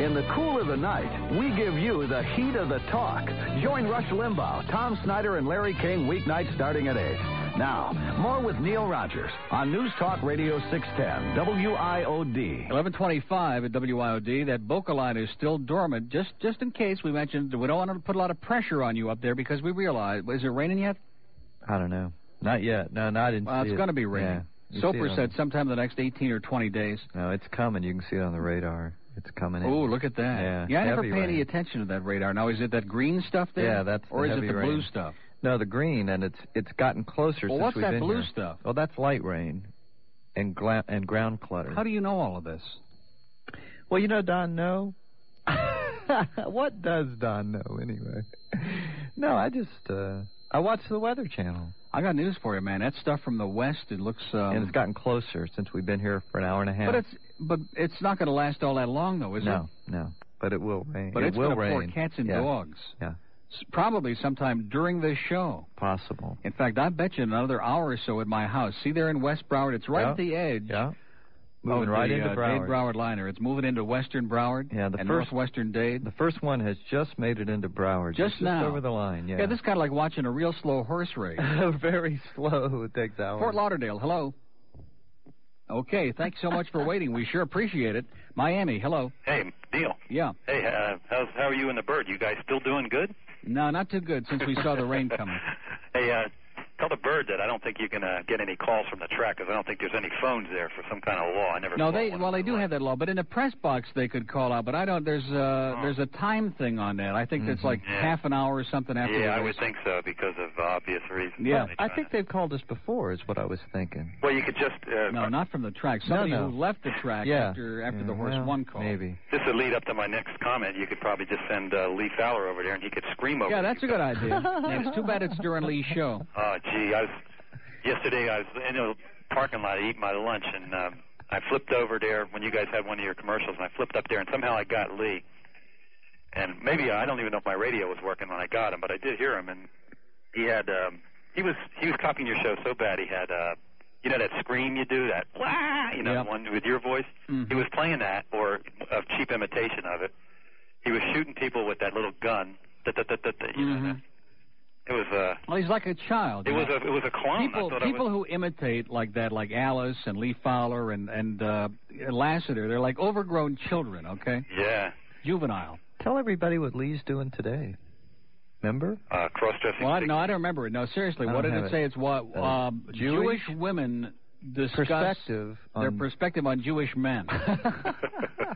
S7: In the cool of the night, we give you the heat of the talk. Join Rush Limbaugh, Tom Snyder, and Larry King weeknights starting at 8. Now, more with Neil Rogers on News Talk Radio 610, WIOD.
S2: 1125 at WIOD. That Boca line is still dormant. Just just in case we mentioned, we don't want to put a lot of pressure on you up there because we realize. Is it raining yet?
S4: I don't know. Not yet. No, no I didn't
S2: Well,
S4: see
S2: it's
S4: it.
S2: going to be raining.
S4: Yeah. You see it
S2: Soper
S4: on-
S2: said sometime the next 18 or 20 days.
S4: No, it's coming. You can see it on the radar. It's coming in.
S2: Oh, look at that.
S4: Yeah,
S2: I never
S4: heavy
S2: pay any
S4: rain.
S2: attention to that radar. Now, is it that green stuff there?
S4: Yeah, that's the
S2: Or is it
S4: heavy
S2: the blue
S4: rain.
S2: stuff?
S4: No, the green, and it's it's gotten closer
S2: Well,
S4: since
S2: what's
S4: we've
S2: that
S4: been
S2: blue
S4: here.
S2: stuff?
S4: Well, that's light rain and gla- and ground clutter.
S2: How do you know all of this?
S4: Well, you know, Don, no. what does Don know anyway? No, I just uh I watch the Weather Channel.
S2: I got news for you, man. That stuff from the west, it looks. Um,
S4: and it's gotten closer since we've been here for an hour and a half.
S2: But it's but it's not going to last all that long, though, Oh, is
S4: no, no. But it will rain.
S2: it? But
S4: it
S2: it's
S4: will
S2: going to pour
S4: rain.
S2: cats and
S4: yeah.
S2: dogs.
S4: Yeah.
S2: S- Probably sometime during this show.
S4: Possible.
S2: In fact, I bet you in another hour or so at my house. See there in West Broward, it's right
S4: Yeah.
S2: at the edge.
S4: Yeah.
S2: of
S4: Moving
S2: the,
S4: right into
S2: uh,
S4: Broward.
S2: Dade Broward liner. It's moving into Western Broward.
S4: Yeah, the
S2: and
S4: first-
S2: northwestern Dade.
S4: The first one has just made it into Broward.
S2: Just
S4: It's
S2: now.
S4: over the line. Yeah.
S2: this is kind of like watching a real slow horse race.
S4: very slow. It takes hours.
S2: Fort Lauderdale, hello. Okay, thanks so much for waiting. We sure appreciate it. Miami, hello.
S15: Hey, Neil.
S2: Yeah.
S15: Hey, uh, how's, how are you and the bird? You guys still doing good?
S2: No, not too good since we saw the rain coming.
S15: Hey, uh, tell the bird that I don't think you can uh, get any calls from the track because I don't think there's any phones there for some kind of law. I never.
S2: No,
S15: saw
S2: they
S15: one.
S2: well they do have that law, but in the press box they could call out. But I don't. There's a there's a time thing on that. I think
S4: Mm-hmm.
S2: that's like
S15: Oh. Yeah.
S2: half an hour or something after.
S15: Yeah,
S2: the
S15: I
S2: race.
S15: would think so because of obvious reasons. They
S4: I
S15: try
S4: think they've called us before, is what I was thinking.
S15: to- Well, you could just. Uh,
S2: No, not from the track. Somebody
S4: no.
S2: who left the track
S4: Yeah.
S2: after after
S4: Yeah,
S2: the horse
S4: well,
S2: won call.
S4: Maybe.
S15: Just to lead up to my next comment, you could probably just send uh, Lee Fowler over there and he could scream over.
S2: Yeah,
S15: you.
S2: that's a good idea. Yeah, it's too bad it's during Lee's show.
S15: Oh, gee, I was yesterday. I was in a parking lot eating my lunch, and um, I flipped over there when you guys had one of your commercials, and I flipped up there, and somehow I got Lee. And maybe I don't even know if my radio was working when I got him, but I did hear him, and he had um, he was he was copying your show so bad he had uh, you know that scream you do that wah you know
S2: Yeah.
S15: the one with your voice.
S2: Mm-hmm.
S15: He was playing that or a cheap imitation of it. He was shooting people with that little gun. Da, da, da, da, da, you know,
S2: Mhm.
S15: it was uh,
S2: Well, he's like a child.
S15: Mm-hmm. it
S2: you
S15: was
S2: know.
S15: a it was a clone. I
S2: Oh, People,
S15: thought I was-
S2: people who imitate like that, like Alice and Lee Fowler and and uh, Lassiter, they're like overgrown children. Okay,
S15: Yeah.
S2: juvenile.
S4: Tell everybody what Lee's doing today. Remember?
S15: Uh, cross-dressing.
S2: Well, I, no, I don't remember it. No, seriously,
S4: I
S2: what
S4: don't
S2: did it,
S4: have it.
S2: say? It's what
S4: Uh,
S2: um,
S4: Jewish
S2: women discuss
S4: Perspective
S2: their
S4: on-
S2: perspective on Jewish men.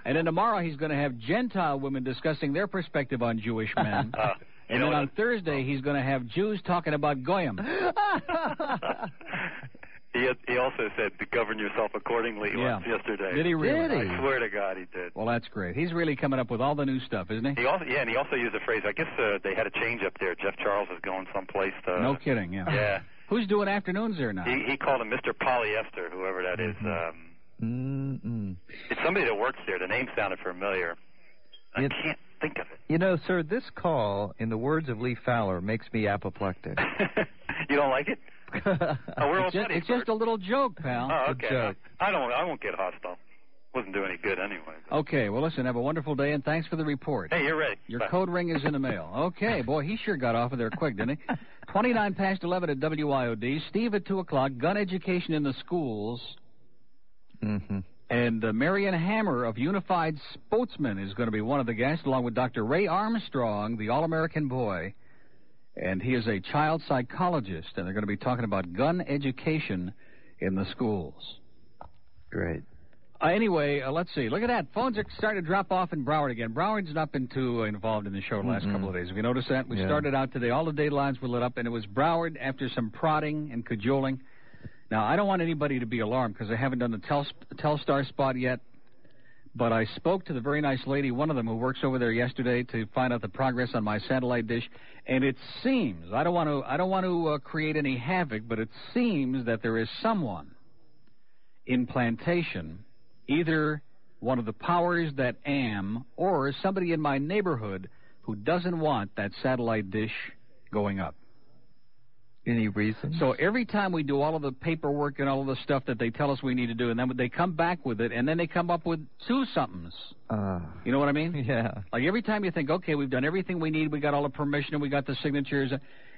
S2: and then tomorrow he's going to have Gentile women discussing their perspective on Jewish men.
S15: Uh, you
S2: and
S15: know
S2: then
S15: what?
S2: on Thursday he's going to have Jews talking about goyim.
S15: He, had- he also said to govern yourself accordingly
S2: Yeah.
S15: once yesterday.
S2: Did he really? Did he?
S15: I swear to God, he did.
S2: Well, that's great. He's really coming up with all the new stuff, isn't he?
S15: He also, yeah, and he also used a phrase. I guess uh, they had a change up there. Jeff Charles is going someplace. To,
S2: no kidding. Yeah.
S15: uh, Yeah.
S2: Who's doing afternoons there now?
S15: He, he called him Mr. Polyester, whoever that is.
S2: Mm-hmm.
S15: Um,
S4: Mm-mm.
S15: it's somebody that works there. The name sounded familiar. I
S4: It-
S15: can't think of it.
S4: You know, sir, this call, in the words of Lee Fowler, makes me apoplectic.
S15: You don't like it? Oh, we're all
S2: it's, just,
S15: buddies,
S2: it's just a little joke, pal.
S15: Oh, okay. I don't. I won't get hostile. Wasn't doing any good anyway.
S2: Okay, well, listen, have a wonderful day, and thanks for the report.
S15: Hey, you're ready.
S2: Your
S15: Bye.
S2: code ring is in the mail. Okay, boy, he sure got off of there quick, didn't he? 29 past 11 at WIOD. Steve at 2 o'clock. Gun education in the schools.
S4: Mm-hmm.
S2: And uh, Marion Hammer of Unified Sportsmen is going to be one of the guests, along with Dr. Ray Armstrong, the All American boy, and he is a child psychologist, and they're going to be talking about gun education in the schools.
S4: Great.
S2: Uh, anyway, uh, let's see. Look at that. Phones are starting to drop off in Broward again. Broward's not been too uh, involved in the show the last couple of days. Have you noticed that? We
S4: Yeah.
S2: started out today. All the day lines were lit up, and it was Broward after some prodding and cajoling. Now, I don't want anybody to be alarmed because I haven't done the tel- Telstar spot yet. But I spoke to the very nice lady, one of them who works over there yesterday, to find out the progress on my satellite dish. And it seems I don't want to I don't want to uh, create any havoc, but it seems that there is someone in plantation either one of the powers that am or somebody in my neighborhood who doesn't want that satellite dish going up.
S4: Any reason?
S2: So every time we do all of the paperwork and all of the stuff that they tell us we need to do, and then they come back with it, and then they come up with two somethings.
S4: Uh,
S2: You know what I mean?
S4: Yeah.
S2: Like every time you think, okay, we've done everything we need, we got all the permission, we got the signatures,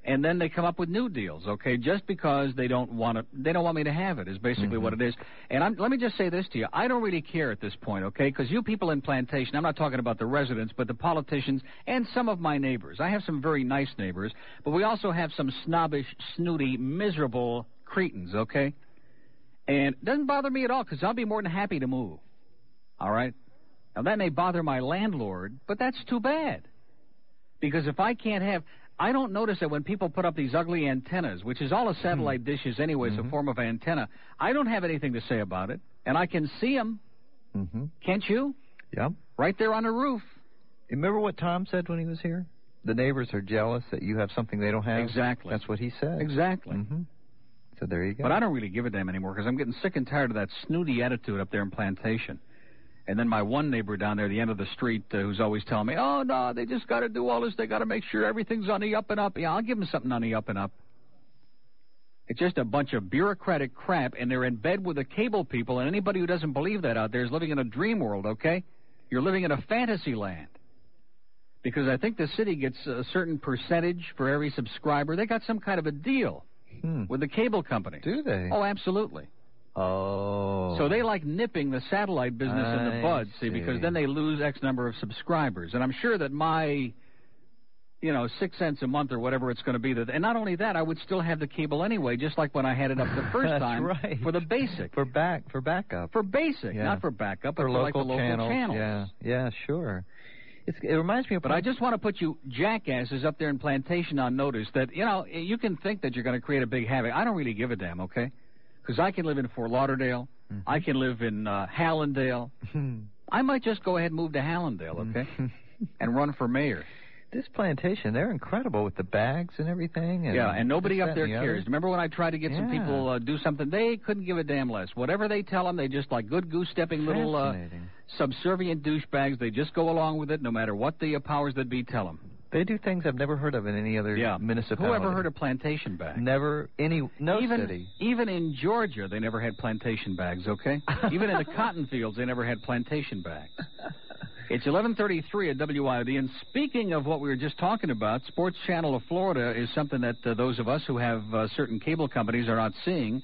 S2: and then they come up with new deals. Okay, just because they don't want it, they don't want me to have it is basically what it is. And I'm, let me just say this to you: I don't really care at this point, okay? Because you people in plantation, I'm not talking about the residents, but the politicians and some of my neighbors. I have some very nice neighbors, but we also have some snobbish, snooty, miserable cretins, okay? And it doesn't bother me at all because I'll be more than happy to move. All right. Now that may bother my landlord, but that's too bad. Because if I can't have I don't notice that when people put up these ugly antennas, which is all a
S4: Hmm.
S2: satellite dish is anyway,
S4: Mm-hmm.
S2: it's a form of antenna. I don't have anything to say about it, and I can see them.
S4: Mm-hmm.
S2: Can't you?
S4: Yep.
S2: Right there on the roof.
S4: Remember what Tom said when he was here? The neighbors are jealous that you have something they don't have.
S2: Exactly.
S4: That's what he said.
S2: Exactly.
S4: hmm So there you go.
S2: But I don't really give a damn anymore because I'm getting sick and tired of that snooty attitude up there in Plantation. And then my one neighbor down there at the end of the street uh, who's always telling me, oh, no, they just got to do all this. They got to make sure everything's on the up and up. Yeah, I'll give them something on the up and up. It's just a bunch of bureaucratic crap, and they're in bed with the cable people, and anybody who doesn't believe that out there is living in a dream world, okay? You're living in a fantasy land. Because I think the city gets a certain percentage for every subscriber. They got some kind of a deal
S4: Hmm.
S2: with the cable company.
S4: Do they?
S2: Oh, absolutely.
S4: Oh.
S2: So they like nipping the satellite business in
S4: I
S2: the bud, see,
S4: see.
S2: because then they lose X number of subscribers. And I'm sure that my, you know, six cents a month or whatever it's going to be, that, and not only that, I would still have the cable anyway, just like when I had it up the first
S4: That's
S2: time
S4: right.
S2: for the basic.
S4: for back for backup.
S2: For basic,
S4: Yeah.
S2: not for backup, but
S4: for
S2: for,
S4: local
S2: like the local
S4: channels.
S2: channels.
S4: Yeah. Yeah. Sure. It's, it reminds me of.
S2: But I just want to put you jackasses up there in plantation on notice that you know you can think that you're going to create a big havoc. I don't really give a damn, okay? Because I can live in Fort Lauderdale,
S4: Mm-hmm.
S2: I can live in uh, Hallandale. I might just go ahead and move to Hallandale, okay?
S4: Mm-hmm.
S2: and run for mayor.
S4: This plantation, they're incredible with the bags and everything. And
S2: yeah, and nobody
S4: this,
S2: up
S4: that,
S2: there
S4: and the
S2: cares.
S4: other.
S2: Remember when I tried to get some
S4: Yeah.
S2: people uh, do something? They couldn't give a damn less. Whatever they tell them, they just like good goose stepping little uh,
S4: Fascinating.
S2: subservient douchebags. They just go along with it, no matter what the uh, powers that be tell them.
S4: They do things I've never heard of in any other
S2: Yeah.
S4: municipality.
S2: Whoever heard of plantation bags?
S4: Never any no
S2: even,
S4: city.
S2: Even in Georgia, they never had plantation bags. Okay. even in the cotton fields, they never had plantation bags. It's 11:33 at WIOD. And speaking of what we were just talking about, Sports Channel of Florida is something that uh, those of us who have uh, certain cable companies are not seeing.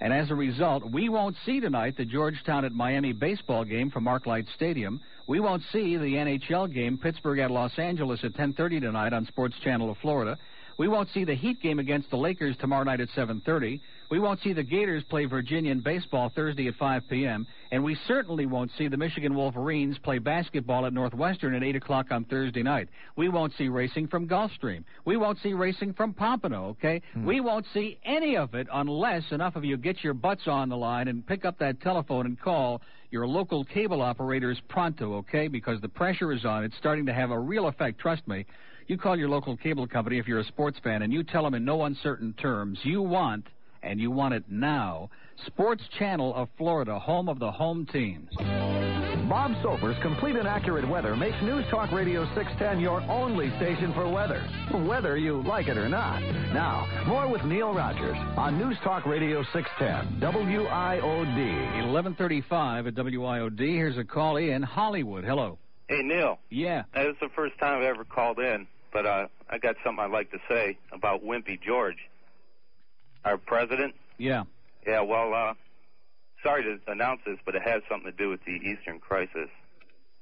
S2: And as a result, we won't see tonight the Georgetown at Miami baseball game from ArcLight Stadium. We won't see the NHL game Pittsburgh at Los Angeles at 10:30 tonight on Sports Channel of Florida. We won't see the Heat game against the Lakers tomorrow night at 7:30. We won't see the Gators play Virginia in baseball Thursday at 5 p.m. And we certainly won't see the Michigan Wolverines play basketball at Northwestern at 8 o'clock on Thursday night. We won't see racing from Gulfstream. We won't see racing from Pompano. Okay, we won't see any of it unless enough of you get your butts on the line and pick up that telephone and call your local cable operators pronto. Okay, because the pressure is on. It's starting to have a real effect. Trust me. You call your local cable company if you're a sports fan and you tell them in no uncertain terms you want, and you want it now, Sports Channel of Florida, home of the home teams.
S7: Bob Soper's complete and accurate weather makes News Talk Radio 610 your only station for weather, whether you like it or not. Now, more with Neil Rogers on News Talk Radio 610, WIOD.
S2: 1135 at WIOD. Here's a call in Hollywood. Hello.
S5: Hey, Neil.
S2: Yeah.
S5: That is the first time I've ever called in, but uh, I got something I'd like to say about Wimpy George, our president.
S2: Yeah.
S5: Yeah, well, uh, sorry to announce this, but it has something to do with the Eastern Crisis.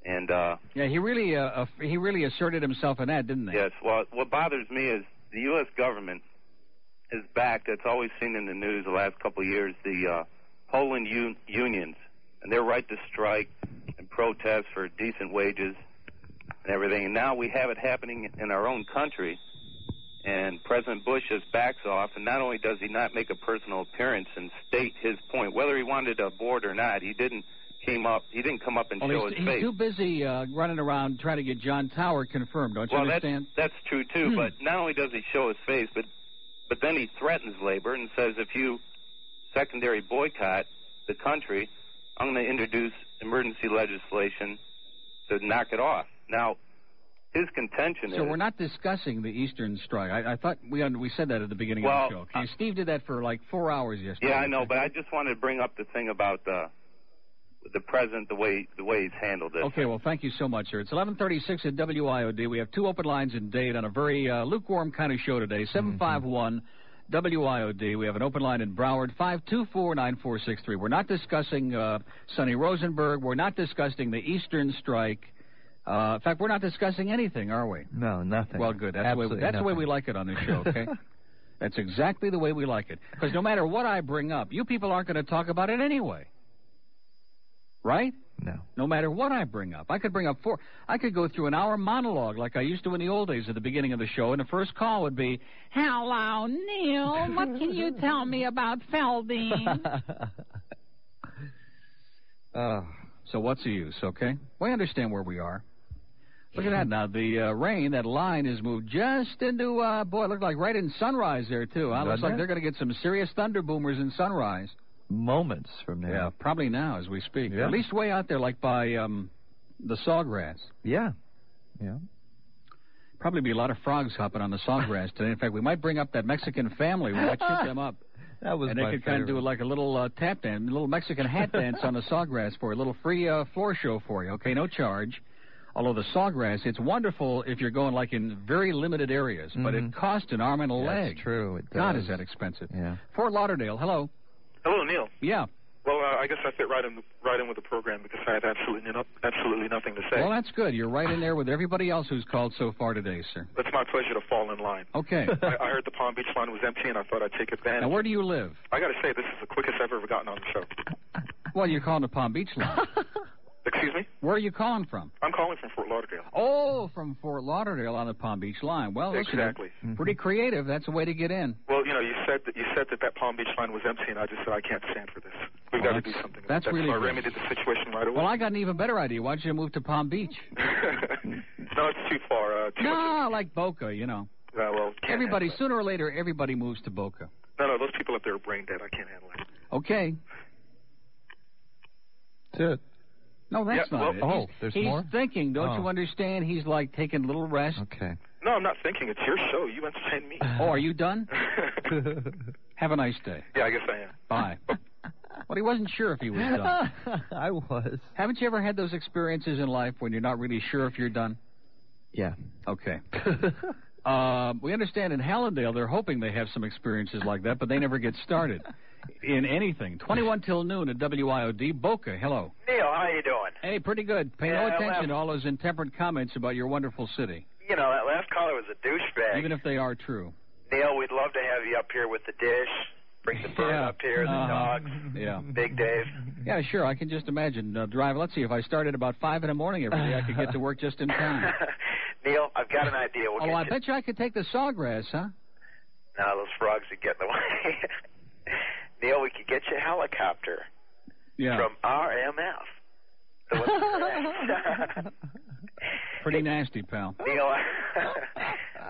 S5: And uh,
S2: Yeah, he really uh, uh, he really asserted himself in that, didn't he?
S5: yes, well, what bothers me is the U.S. government is back. That's always seen in the news the last couple of years. The uh, Poland un- unions and their right to strike and protest for decent wages and everything. And now we have it happening in our own country. And President Bush just backs off, and not only does he not make a personal appearance and state his point, whether he wanted to abort or not, he didn't came up. He didn't come up and show
S2: Well, he's,
S5: his face.
S2: he's too busy uh, running around trying to get John Tower confirmed. Don't you
S5: well,
S2: understand?
S5: that's that's true
S2: Hmm.
S5: too. But not only does he show his face, but but then he threatens labor and says, if you secondary boycott the country, I'm going to introduce emergency legislation to knock it off. Now, his contention
S2: So
S5: is
S2: we're not discussing the Eastern strike. I, I thought we un- we said that at the beginning
S5: Well,
S2: of the show. Okay, Steve did that for like four hours yesterday.
S5: Yeah, I know, but I just wanted to bring up the thing about the the president, the way the way he's handled it.
S2: Okay, well, thank you so much, sir. It's 11:36 at WIOD. We have two open lines in Dade on a very uh, lukewarm kind of show today. 751 WIOD. We have an open line in Broward. 5249463. We're not discussing uh, Sonny Rosenberg. We're not discussing the Eastern strike. Uh, in fact, we're not discussing anything, are we?
S4: No, nothing.
S2: Well, good. That's, the way,
S4: Absolutely
S2: that's the way
S4: nothing.
S2: we like it on this show, okay? that's exactly the way we like it. Because no matter what I bring up, you people aren't going to talk about it anyway. Right?
S4: No.
S2: No matter what I bring up. I could bring up four. I could go through an hour monologue like I used to in the old days at the beginning of the show, and the first call would be, Hello, Neil. What can you tell me about Felding? Uh, So what's the use, okay? We understand where we are. Look at that now. The uh, rain, that line is moved just into, uh, boy, it looked like right in sunrise there, too. Huh? Looks
S4: Doesn't
S2: like
S4: it?
S2: they're going to get some serious thunder boomers in sunrise.
S4: Moments from now.
S2: Yeah, probably now as we speak.
S4: Yeah.
S2: At least way out there, like by um, the sawgrass.
S4: Yeah. Yeah.
S2: Probably be a lot of frogs hopping on the sawgrass today. In fact, we might bring up that Mexican family. We might chip them up.
S4: That was
S2: and they
S4: my
S2: could kind of do
S4: favorite.
S2: like a little uh, tap dance, a little Mexican hat dance on the sawgrass for you, a little free uh, floor show for you. Okay, no charge. Although the sawgrass, it's wonderful if you're going like in very limited areas, but it
S4: Mhm.
S2: costs an arm and a leg.
S4: That's true. It
S2: God,
S4: does.
S2: is that expensive?
S4: Yeah.
S2: Fort Lauderdale, hello.
S19: Hello, Neil.
S2: Yeah.
S19: Well, uh, I guess I fit right in right in with the program because I have absolutely no, absolutely nothing to say.
S2: Well, that's good. You're right in there with everybody else who's called so far today, sir.
S19: it's my pleasure to fall in line.
S2: Okay.
S19: I, I heard the Palm Beach line was empty, and I thought I'd take advantage.
S2: now, where do you live?
S19: I got to say, this is the quickest I've ever gotten on the show.
S2: Well, you're calling the Palm Beach line.
S19: Excuse me?
S2: Where are you calling from?
S19: I'm calling from Fort Lauderdale.
S2: Oh, from Fort Lauderdale on the Palm Beach line. Well, listen,
S19: Exactly.
S2: pretty creative. That's a way to get in.
S19: Well, you know, you said that you said that that Palm Beach line was empty, and I just said I can't stand for this. We've
S2: Well,
S19: got to do
S2: that's-
S19: something.
S2: that's
S19: about that.
S2: really
S19: So I
S2: good.
S19: remedied the situation right away.
S2: Well, I got an even better idea. Why don't you move to Palm Beach?
S19: no, it's too far. Uh, too much.
S2: No, like Boca, you know.
S19: Uh, well, can't
S2: Everybody,
S19: handle
S2: sooner or later, everybody moves to Boca.
S19: it. No, no, those people up there are brain dead. I can't handle it.
S2: Okay.
S4: That's
S2: it. No, that's
S19: Yeah,
S2: not
S19: well-
S2: it.
S19: Oh,
S2: he's,
S19: there's
S2: he's
S19: more?
S2: thinking. Don't
S19: Oh.
S2: you understand? He's like taking a little rest.
S4: Okay.
S19: No, I'm not thinking. It's your show. You entertain me.
S2: Oh, are you done? Have a nice day.
S19: yeah, I guess I am.
S2: Bye. well, he wasn't sure if he was done.
S4: I was.
S2: Haven't you ever had those experiences in life when you're not really sure if you're done?
S4: Yeah.
S2: Okay. Um, we understand in Hallandale they're hoping they have some experiences like that, but they never get started in anything. 21 till noon at WIOD. Boca, hello.
S20: Neil, how you doing?
S2: Hey, pretty good. Pay
S20: Yeah,
S2: no attention
S20: well-
S2: to all those intemperate comments about your wonderful city,
S20: You know, that last caller was a douchebag.
S2: even if they are true.
S20: Neil, we'd love to have you up here with the dish. Bring the bird
S2: Yeah.
S20: up here, the
S2: Uh-huh.
S20: dogs,
S2: Yeah.
S20: Big Dave.
S2: Yeah, sure. I can just imagine uh, drive. Let's see, if I started about five in the morning every day, I could get to work just in time.
S20: Neil, I've got an idea. We'll
S2: oh,
S20: get
S2: I
S20: you.
S2: bet you I could take the sawgrass, huh?
S20: Now those frogs would get in the way. Neil, we could get you a helicopter
S2: Yeah.
S20: from RMF. The one-
S2: Pretty nasty, pal.
S20: Neil,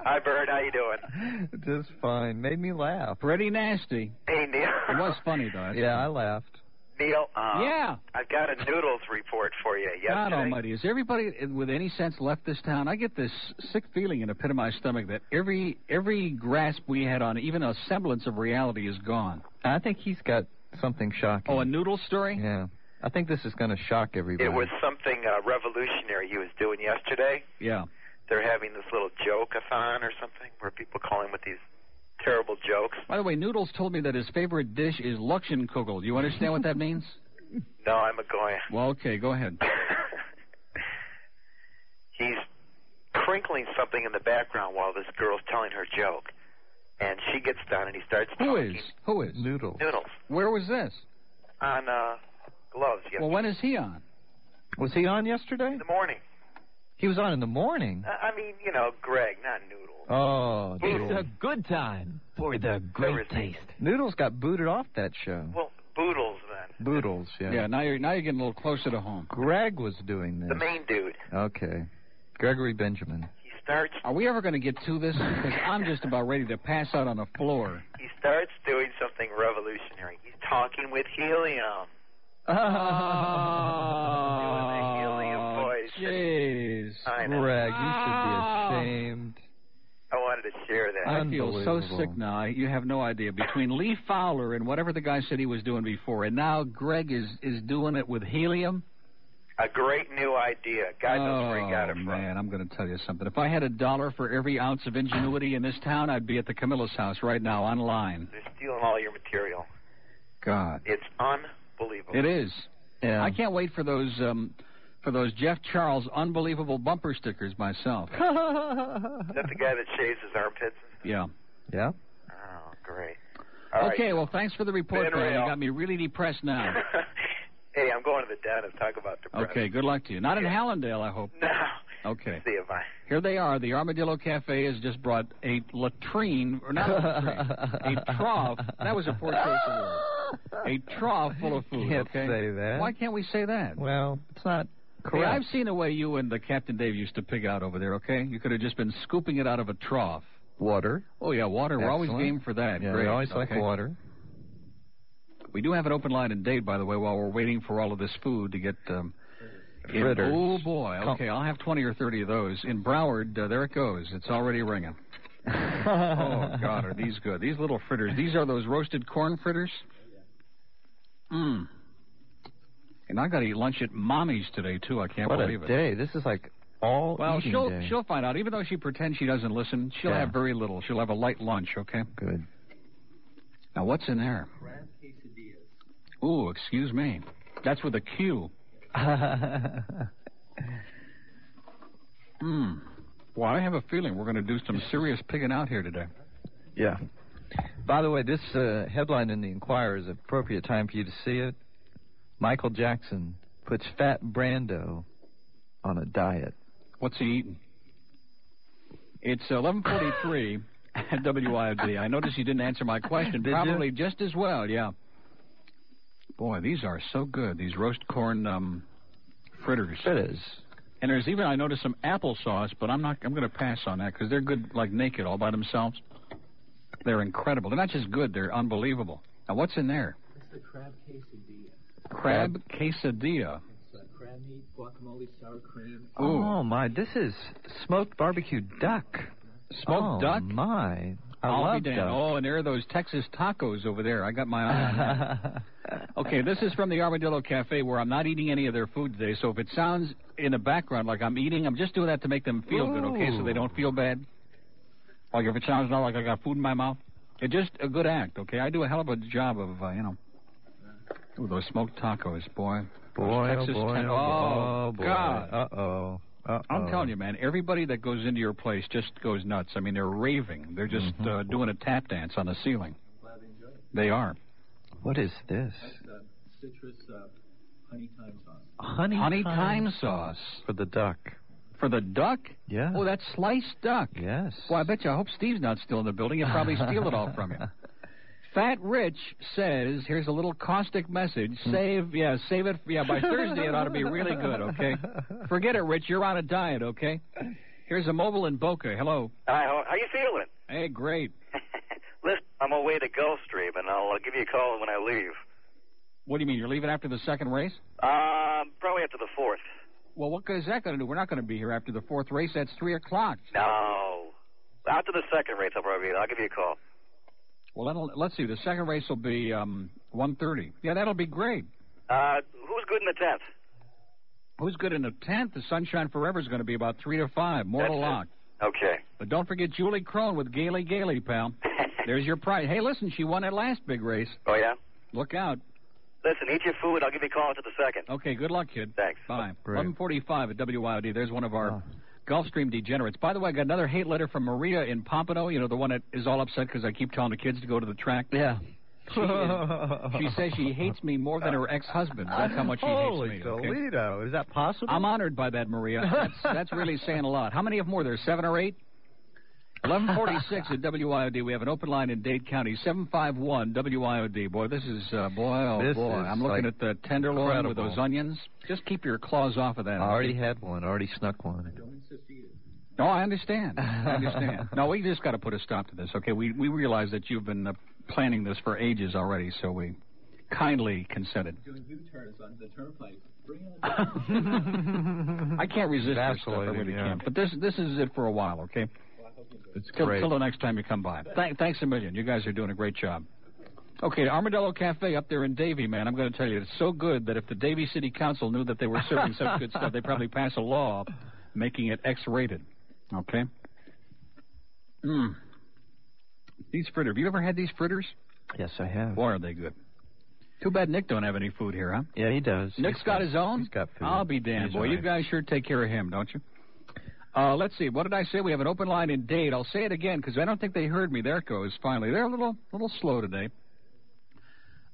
S20: hi Bird, how you doing?
S4: Just fine. Made me laugh.
S2: Pretty nasty.
S20: Hey
S2: It
S20: Neil.
S2: was funny though. that's
S4: Yeah, I laughed.
S20: Neil, um,
S2: Yeah.
S20: I've got a noodles report for you.
S2: God
S20: Yesterday,
S2: Almighty, has everybody with any sense left this town? I get this sick feeling in the pit of my stomach that every every grasp we had on even a semblance of reality is gone.
S4: I think he's got something shocking.
S2: Oh, a noodle story?
S4: Yeah. I think this is going to shock everybody.
S20: it was something uh, revolutionary he was doing yesterday.
S2: Yeah.
S20: They're having this little joke-a-thon or something where people call him with these terrible jokes.
S2: By the way, Noodles told me that his favorite dish is Luxenkugel. Do you understand what that means?
S20: No, I'm a goy.
S2: Well, okay, go ahead.
S20: He's crinkling something in the background while this girl's telling her joke. And she gets done, and he starts
S2: Who is? Who is? Noodles.
S20: noodles
S2: Where was this?
S20: on uh, gloves. Yeah.
S2: Well, when is he on?
S4: Was he on yesterday?
S20: In the morning.
S4: He was on in the morning.
S20: I I mean, you know, Greg, not Noodles.
S4: Oh,
S20: It's
S4: a good time for the
S20: great
S4: taste. Noodles got booted off that show.
S20: Well, Boodles then.
S4: Boodles, yeah.
S2: Yeah, now you're now you're getting a little closer to home.
S4: Greg was doing this.
S20: The main dude.
S4: Okay. Gregory Benjamin.
S20: He starts.
S2: Are we ever going to get to this? Because I'm just about ready to pass out on the floor.
S20: He starts doing something revolutionary. He's talking with helium.
S2: Oh,
S20: Boys,
S2: jeez.
S20: I know.
S4: Greg, you should be
S20: Ah.
S4: ashamed.
S20: I wanted to share that.
S2: I feel so sick now. I- You have no idea. Between Lee Fowler and whatever the guy said he was doing before, and now Greg is is doing it with helium.
S20: A great new idea. God knows where he got it
S2: oh
S20: from.
S2: man, I'm going to tell you something. If I had a dollar for every ounce of ingenuity in this town, I'd be at the Camilla's house right now online.
S20: They're stealing all your material.
S2: God,
S20: It's unbelievable.
S2: it is.
S4: Yeah.
S2: I can't wait for those um, for those Jeff Charles unbelievable bumper stickers myself.
S20: Is that the guy that shaves his armpits?
S2: Yeah.
S4: Yeah.
S20: Oh, great. All right.
S2: okay, well, thanks for the report,
S20: Ben
S2: man. You
S20: Rail.
S2: got me really depressed now.
S20: hey, I'm going to the dentist. Talk about depression.
S2: okay, good luck to you. Not in Hallandale, I hope.
S20: No.
S2: Okay.
S20: See you. Bye.
S2: Here they are. The Armadillo Cafe has just brought a latrine, or not a latrine, a trough. That was a poor
S4: Ah.
S2: choice of word. A trough full of food.
S4: Can't
S2: okay?
S4: say that.
S2: Why can't we say that?
S4: Well, it's not
S2: Hey,
S4: correct.
S2: I've seen the way you and the Captain Dave used to pig out over there. Okay, you could have just been scooping it out of a trough.
S4: Water.
S2: Oh yeah, water. We're always
S4: Excellent.
S2: game for that.
S4: Yeah, we
S2: Great.
S4: always like
S2: Okay.
S4: water.
S2: We do have an open line in Dade, by the way, while we're waiting for all of this food to get. Um, in-
S4: Fritters.
S2: Oh boy. Okay, I'll have twenty or thirty of those in Broward. Uh, there it goes. It's already ringing. oh God, are these good? These little fritters. These are those roasted corn fritters. Mmm. And I got to eat lunch at Mommy's today too. I can't
S4: what
S2: believe
S4: a
S2: it.
S4: day. This is like all
S2: Well,
S4: eating
S2: she'll
S4: day.
S2: she'll find out. Even though she pretends she doesn't listen, she'll
S4: Yeah.
S2: have very little. She'll have a light lunch. Okay.
S4: Good.
S2: Now what's in there? Ooh, excuse me. That's with a Q. Hmm. Well, I have a feeling we're going to do some serious pigging out here today.
S4: yeah. By the way, this uh, headline in the Inquirer is appropriate time for you to see it. Michael Jackson puts Fat Brando on a diet.
S2: What's he eating? It's 11:43 at WIOD. I noticed you didn't answer my question.
S4: Did you?
S2: Probably just as well. Yeah. Boy, these are so good. These roast corn um, fritters.
S4: Fritters.
S2: And there's even I noticed some applesauce, but I'm not. I'm going to pass on that because they're good, like naked, all by themselves. They're incredible. They're not just good. They're unbelievable. Now, what's in there?
S10: It's the crab quesadilla.
S2: Crab quesadilla.
S10: It's uh, crab meat, guacamole, sour cream.
S4: Oh my! This is smoked barbecue duck.
S2: Smoked
S4: oh,
S2: duck?
S4: My, I
S2: will
S4: love
S2: be damned.
S4: duck.
S2: Oh, and there are those Texas tacos over there. I got my eye on that. Okay, this is from the Armadillo Cafe where I'm not eating any of their food today. So if it sounds in the background like I'm eating, I'm just doing that to make them feel good, okay? So they don't feel bad. Like if it sounds not like I got food in my mouth, it's just a good act, okay? I do a hell of a job of, uh, you know, ooh, those smoked tacos, boy. Those
S4: boy, oh
S2: Texas
S4: boy,
S2: ten-
S4: oh
S2: oh,
S4: boy,
S2: God.
S4: Uh oh. Uh-oh.
S2: I'm telling you, man, everybody that goes into your place just goes nuts. I mean, they're raving. They're just
S4: Mm-hmm.
S2: uh, doing a tap dance on the ceiling. They are.
S4: What is this?
S10: That's uh, citrus uh, honey thyme sauce.
S4: Honey,
S2: Honey
S4: thyme
S2: thyme sauce.
S4: for the duck.
S2: For the duck?
S4: Yeah.
S2: Oh, that's sliced duck.
S4: Yes.
S2: Well, I bet you. I hope Steve's not still in the building. He'll probably steal it all from you. Fat Rich says, "Here's a little caustic message.
S4: Hmm.
S2: Save, yeah, save it. Yeah, by Thursday it ought to be really good. Okay, forget it, Rich. You're on a diet. Okay. Here's a mobile in Boca. Hello.
S20: Hi, how, how you feeling?
S2: Hey, great.
S20: Listen, I'm away to Gulfstream, and I'll uh, give you a call when I leave.
S2: What do you mean you're leaving after the second race?
S20: Um, probably after the fourth.
S2: Well, what good is that going to do? We're not going to be here after the fourth race. That's three o'clock.
S20: No. After the second race, I'll probably be. I'll give you a call.
S2: Well, that'll, let's see. The second race will be um, one thirty. Yeah, that'll be great.
S20: Uh, who's good in the tenth?
S2: Who's good in the tenth? The Sunshine Forever is going to be about three to five. More to
S20: That's it.
S2: lock.
S20: Okay.
S2: But don't forget Julie Crone with Gaily Gaily, pal. There's your prize. Hey, listen, she won that last big race.
S20: Oh yeah.
S2: Look out.
S20: Listen, eat your food. I'll give you a call after the second.
S2: Okay, good luck, kid.
S20: Thanks.
S2: Bye. 1145 at WYOD. There's one of our Gulfstream degenerates. By the way, I got another hate letter from Maria in Pompano. You know, the one that is all upset because I keep telling the kids to go to the track.
S4: Yeah.
S2: She, is- she says she hates me more than her ex-husband. That's how much she
S4: Holy
S2: hates me. okay?
S4: Toledo. Is that possible?
S2: I'm honored by that, Maria. That's, that's really saying a lot. How many of them were there? Seven or eight? 1146 at WIOD. We have an open line in Dade County. 751 WIOD. Boy, this is, uh, boy, oh
S4: This
S2: boy.
S4: is,
S2: I'm looking
S4: like,
S2: at the tenderloin with
S4: incredible.
S2: those onions. Just keep your claws off of
S4: I
S2: that.
S4: already
S2: okay?
S4: had one. Already snuck one.
S2: No, I understand. I understand. no, we just got to put a stop to this, okay? We, we realize that you've been uh, planning this for ages already, so we kindly consented.
S21: Doing U-turns on the turnpike. Bring it
S4: Mm-hmm.
S2: I can't resist this stuff. I really
S21: Absolutely, yeah.
S2: can't. But this this is it for a while, okay? It's till,
S21: great.
S2: till the next time you come by. Thank, thanks a million. You guys are doing a great job. Okay, the Armadillo Cafe up there in Davie, man. I'm going to tell you, it's so good that if the Davie City Council knew that they were serving such good stuff, they'd probably pass a law making it X-rated. Okay. Mm. These fritters. Have you ever had these fritters?
S4: Yes, I have.
S2: Boy, are they good. Too bad Nick don't have any food here, huh?
S4: Yeah, he does.
S2: Nick's got his own.
S4: He's got food.
S2: I'll be damned,
S4: He's
S2: boy.
S4: all
S2: You
S4: right.
S2: guys sure take care of him, don't you? Uh, let's see. What did I say? We have an open line in Dade. I'll say it again because I don't think they heard me. There it goes. Finally, they're a little little slow today.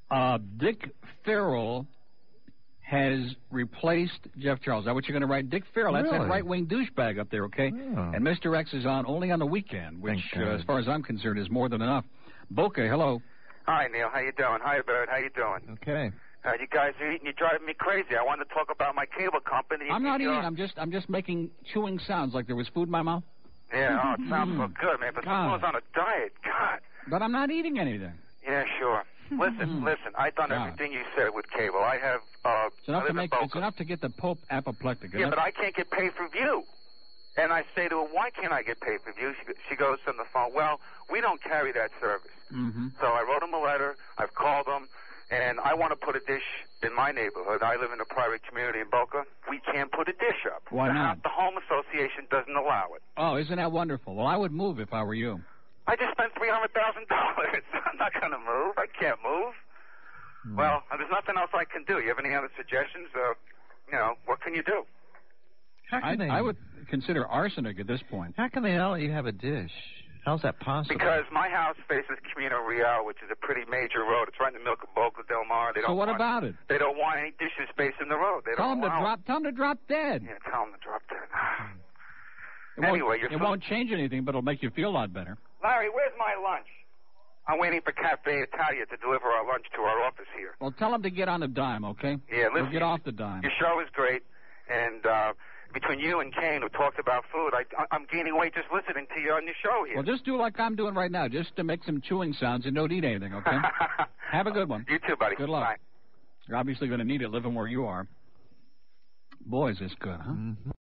S2: Uh, Dick Farrell has replaced Jeff Charles. Is that what you're going to write? Dick Farrell. That's that
S21: Really?
S2: right wing douchebag up there, okay? And Mr. X is on only on the weekend, which,
S21: Thank
S2: uh,
S21: God.
S2: as far as I'm concerned, is more than enough. Boca, hello.
S16: Hi, Neil. How you doing? Hi, Bird. How you doing?
S4: Okay.
S16: Uh, you guys are eating. You're driving me crazy. I wanted to talk about my cable company. uh,
S2: I'm not
S16: You
S2: eating.
S16: know-
S2: I'm just I'm just making chewing sounds like there was food in my mouth. Mm-hmm.
S16: Yeah, oh, it sounds so good, man. But someone's on a diet. God.
S2: But I'm not eating anything.
S16: Yeah, sure. Listen, listen. I done
S2: God.
S16: everything you said with cable. I have. Uh,
S2: It's
S16: I
S2: enough
S16: live
S2: to
S16: in
S2: make
S16: Boca.
S2: it's enough to get the Pope apoplectic.
S16: Yeah, but I can't get pay per view. And I say to her, why can't I get pay per view? She, she goes on the phone, well, we don't carry that service.
S2: Mm-hmm.
S16: So I wrote him a letter. I've called him, and I want to put a dish in my neighborhood. I live in a private community in Boca. We can't put a dish up.
S2: Why
S16: the,
S2: not?
S16: The home association doesn't allow it.
S2: Oh, isn't that wonderful? Well, I would move if I were you.
S16: I just spent three hundred thousand dollars. I'm not gonna move. I can't move. Well, there's nothing else I can do. You have any other suggestions? Uh, you know, what can you do?
S2: I, I would consider arsenic at this point.
S4: How can they not let you have a dish? How's that possible?
S16: Because my house faces Camino Real, which is a pretty major road. It's right in the middle of Boca Del Mar. They
S2: So
S16: don't
S2: what
S16: want,
S2: about it?
S16: They don't want any dishes spacing the road. They
S2: Tell
S16: don't
S2: him to
S16: allow
S2: drop. Tell him to drop dead.
S16: it. Yeah, tell them to drop that.
S2: It won't-
S16: Anyway, you're
S2: it
S16: so-
S2: won't change anything, but it'll make you feel a lot better.
S16: Larry, where's my lunch? I'm waiting for Cafe Italia to deliver our lunch to our office here.
S2: Well, tell him to get on the dime, okay?
S16: Yeah,
S2: We'll
S16: listen,
S2: get off the dime.
S16: Your show is great, and uh, between you and Kane, who talked about food, I, I, I'm gaining weight just listening to you on your show here.
S2: Well, just do like I'm doing right now, just to make some chewing sounds and don't eat anything, okay? Have a good one.
S16: You too, buddy.
S2: Good luck. You're obviously going to need it living where you are. Boy, is this good, huh?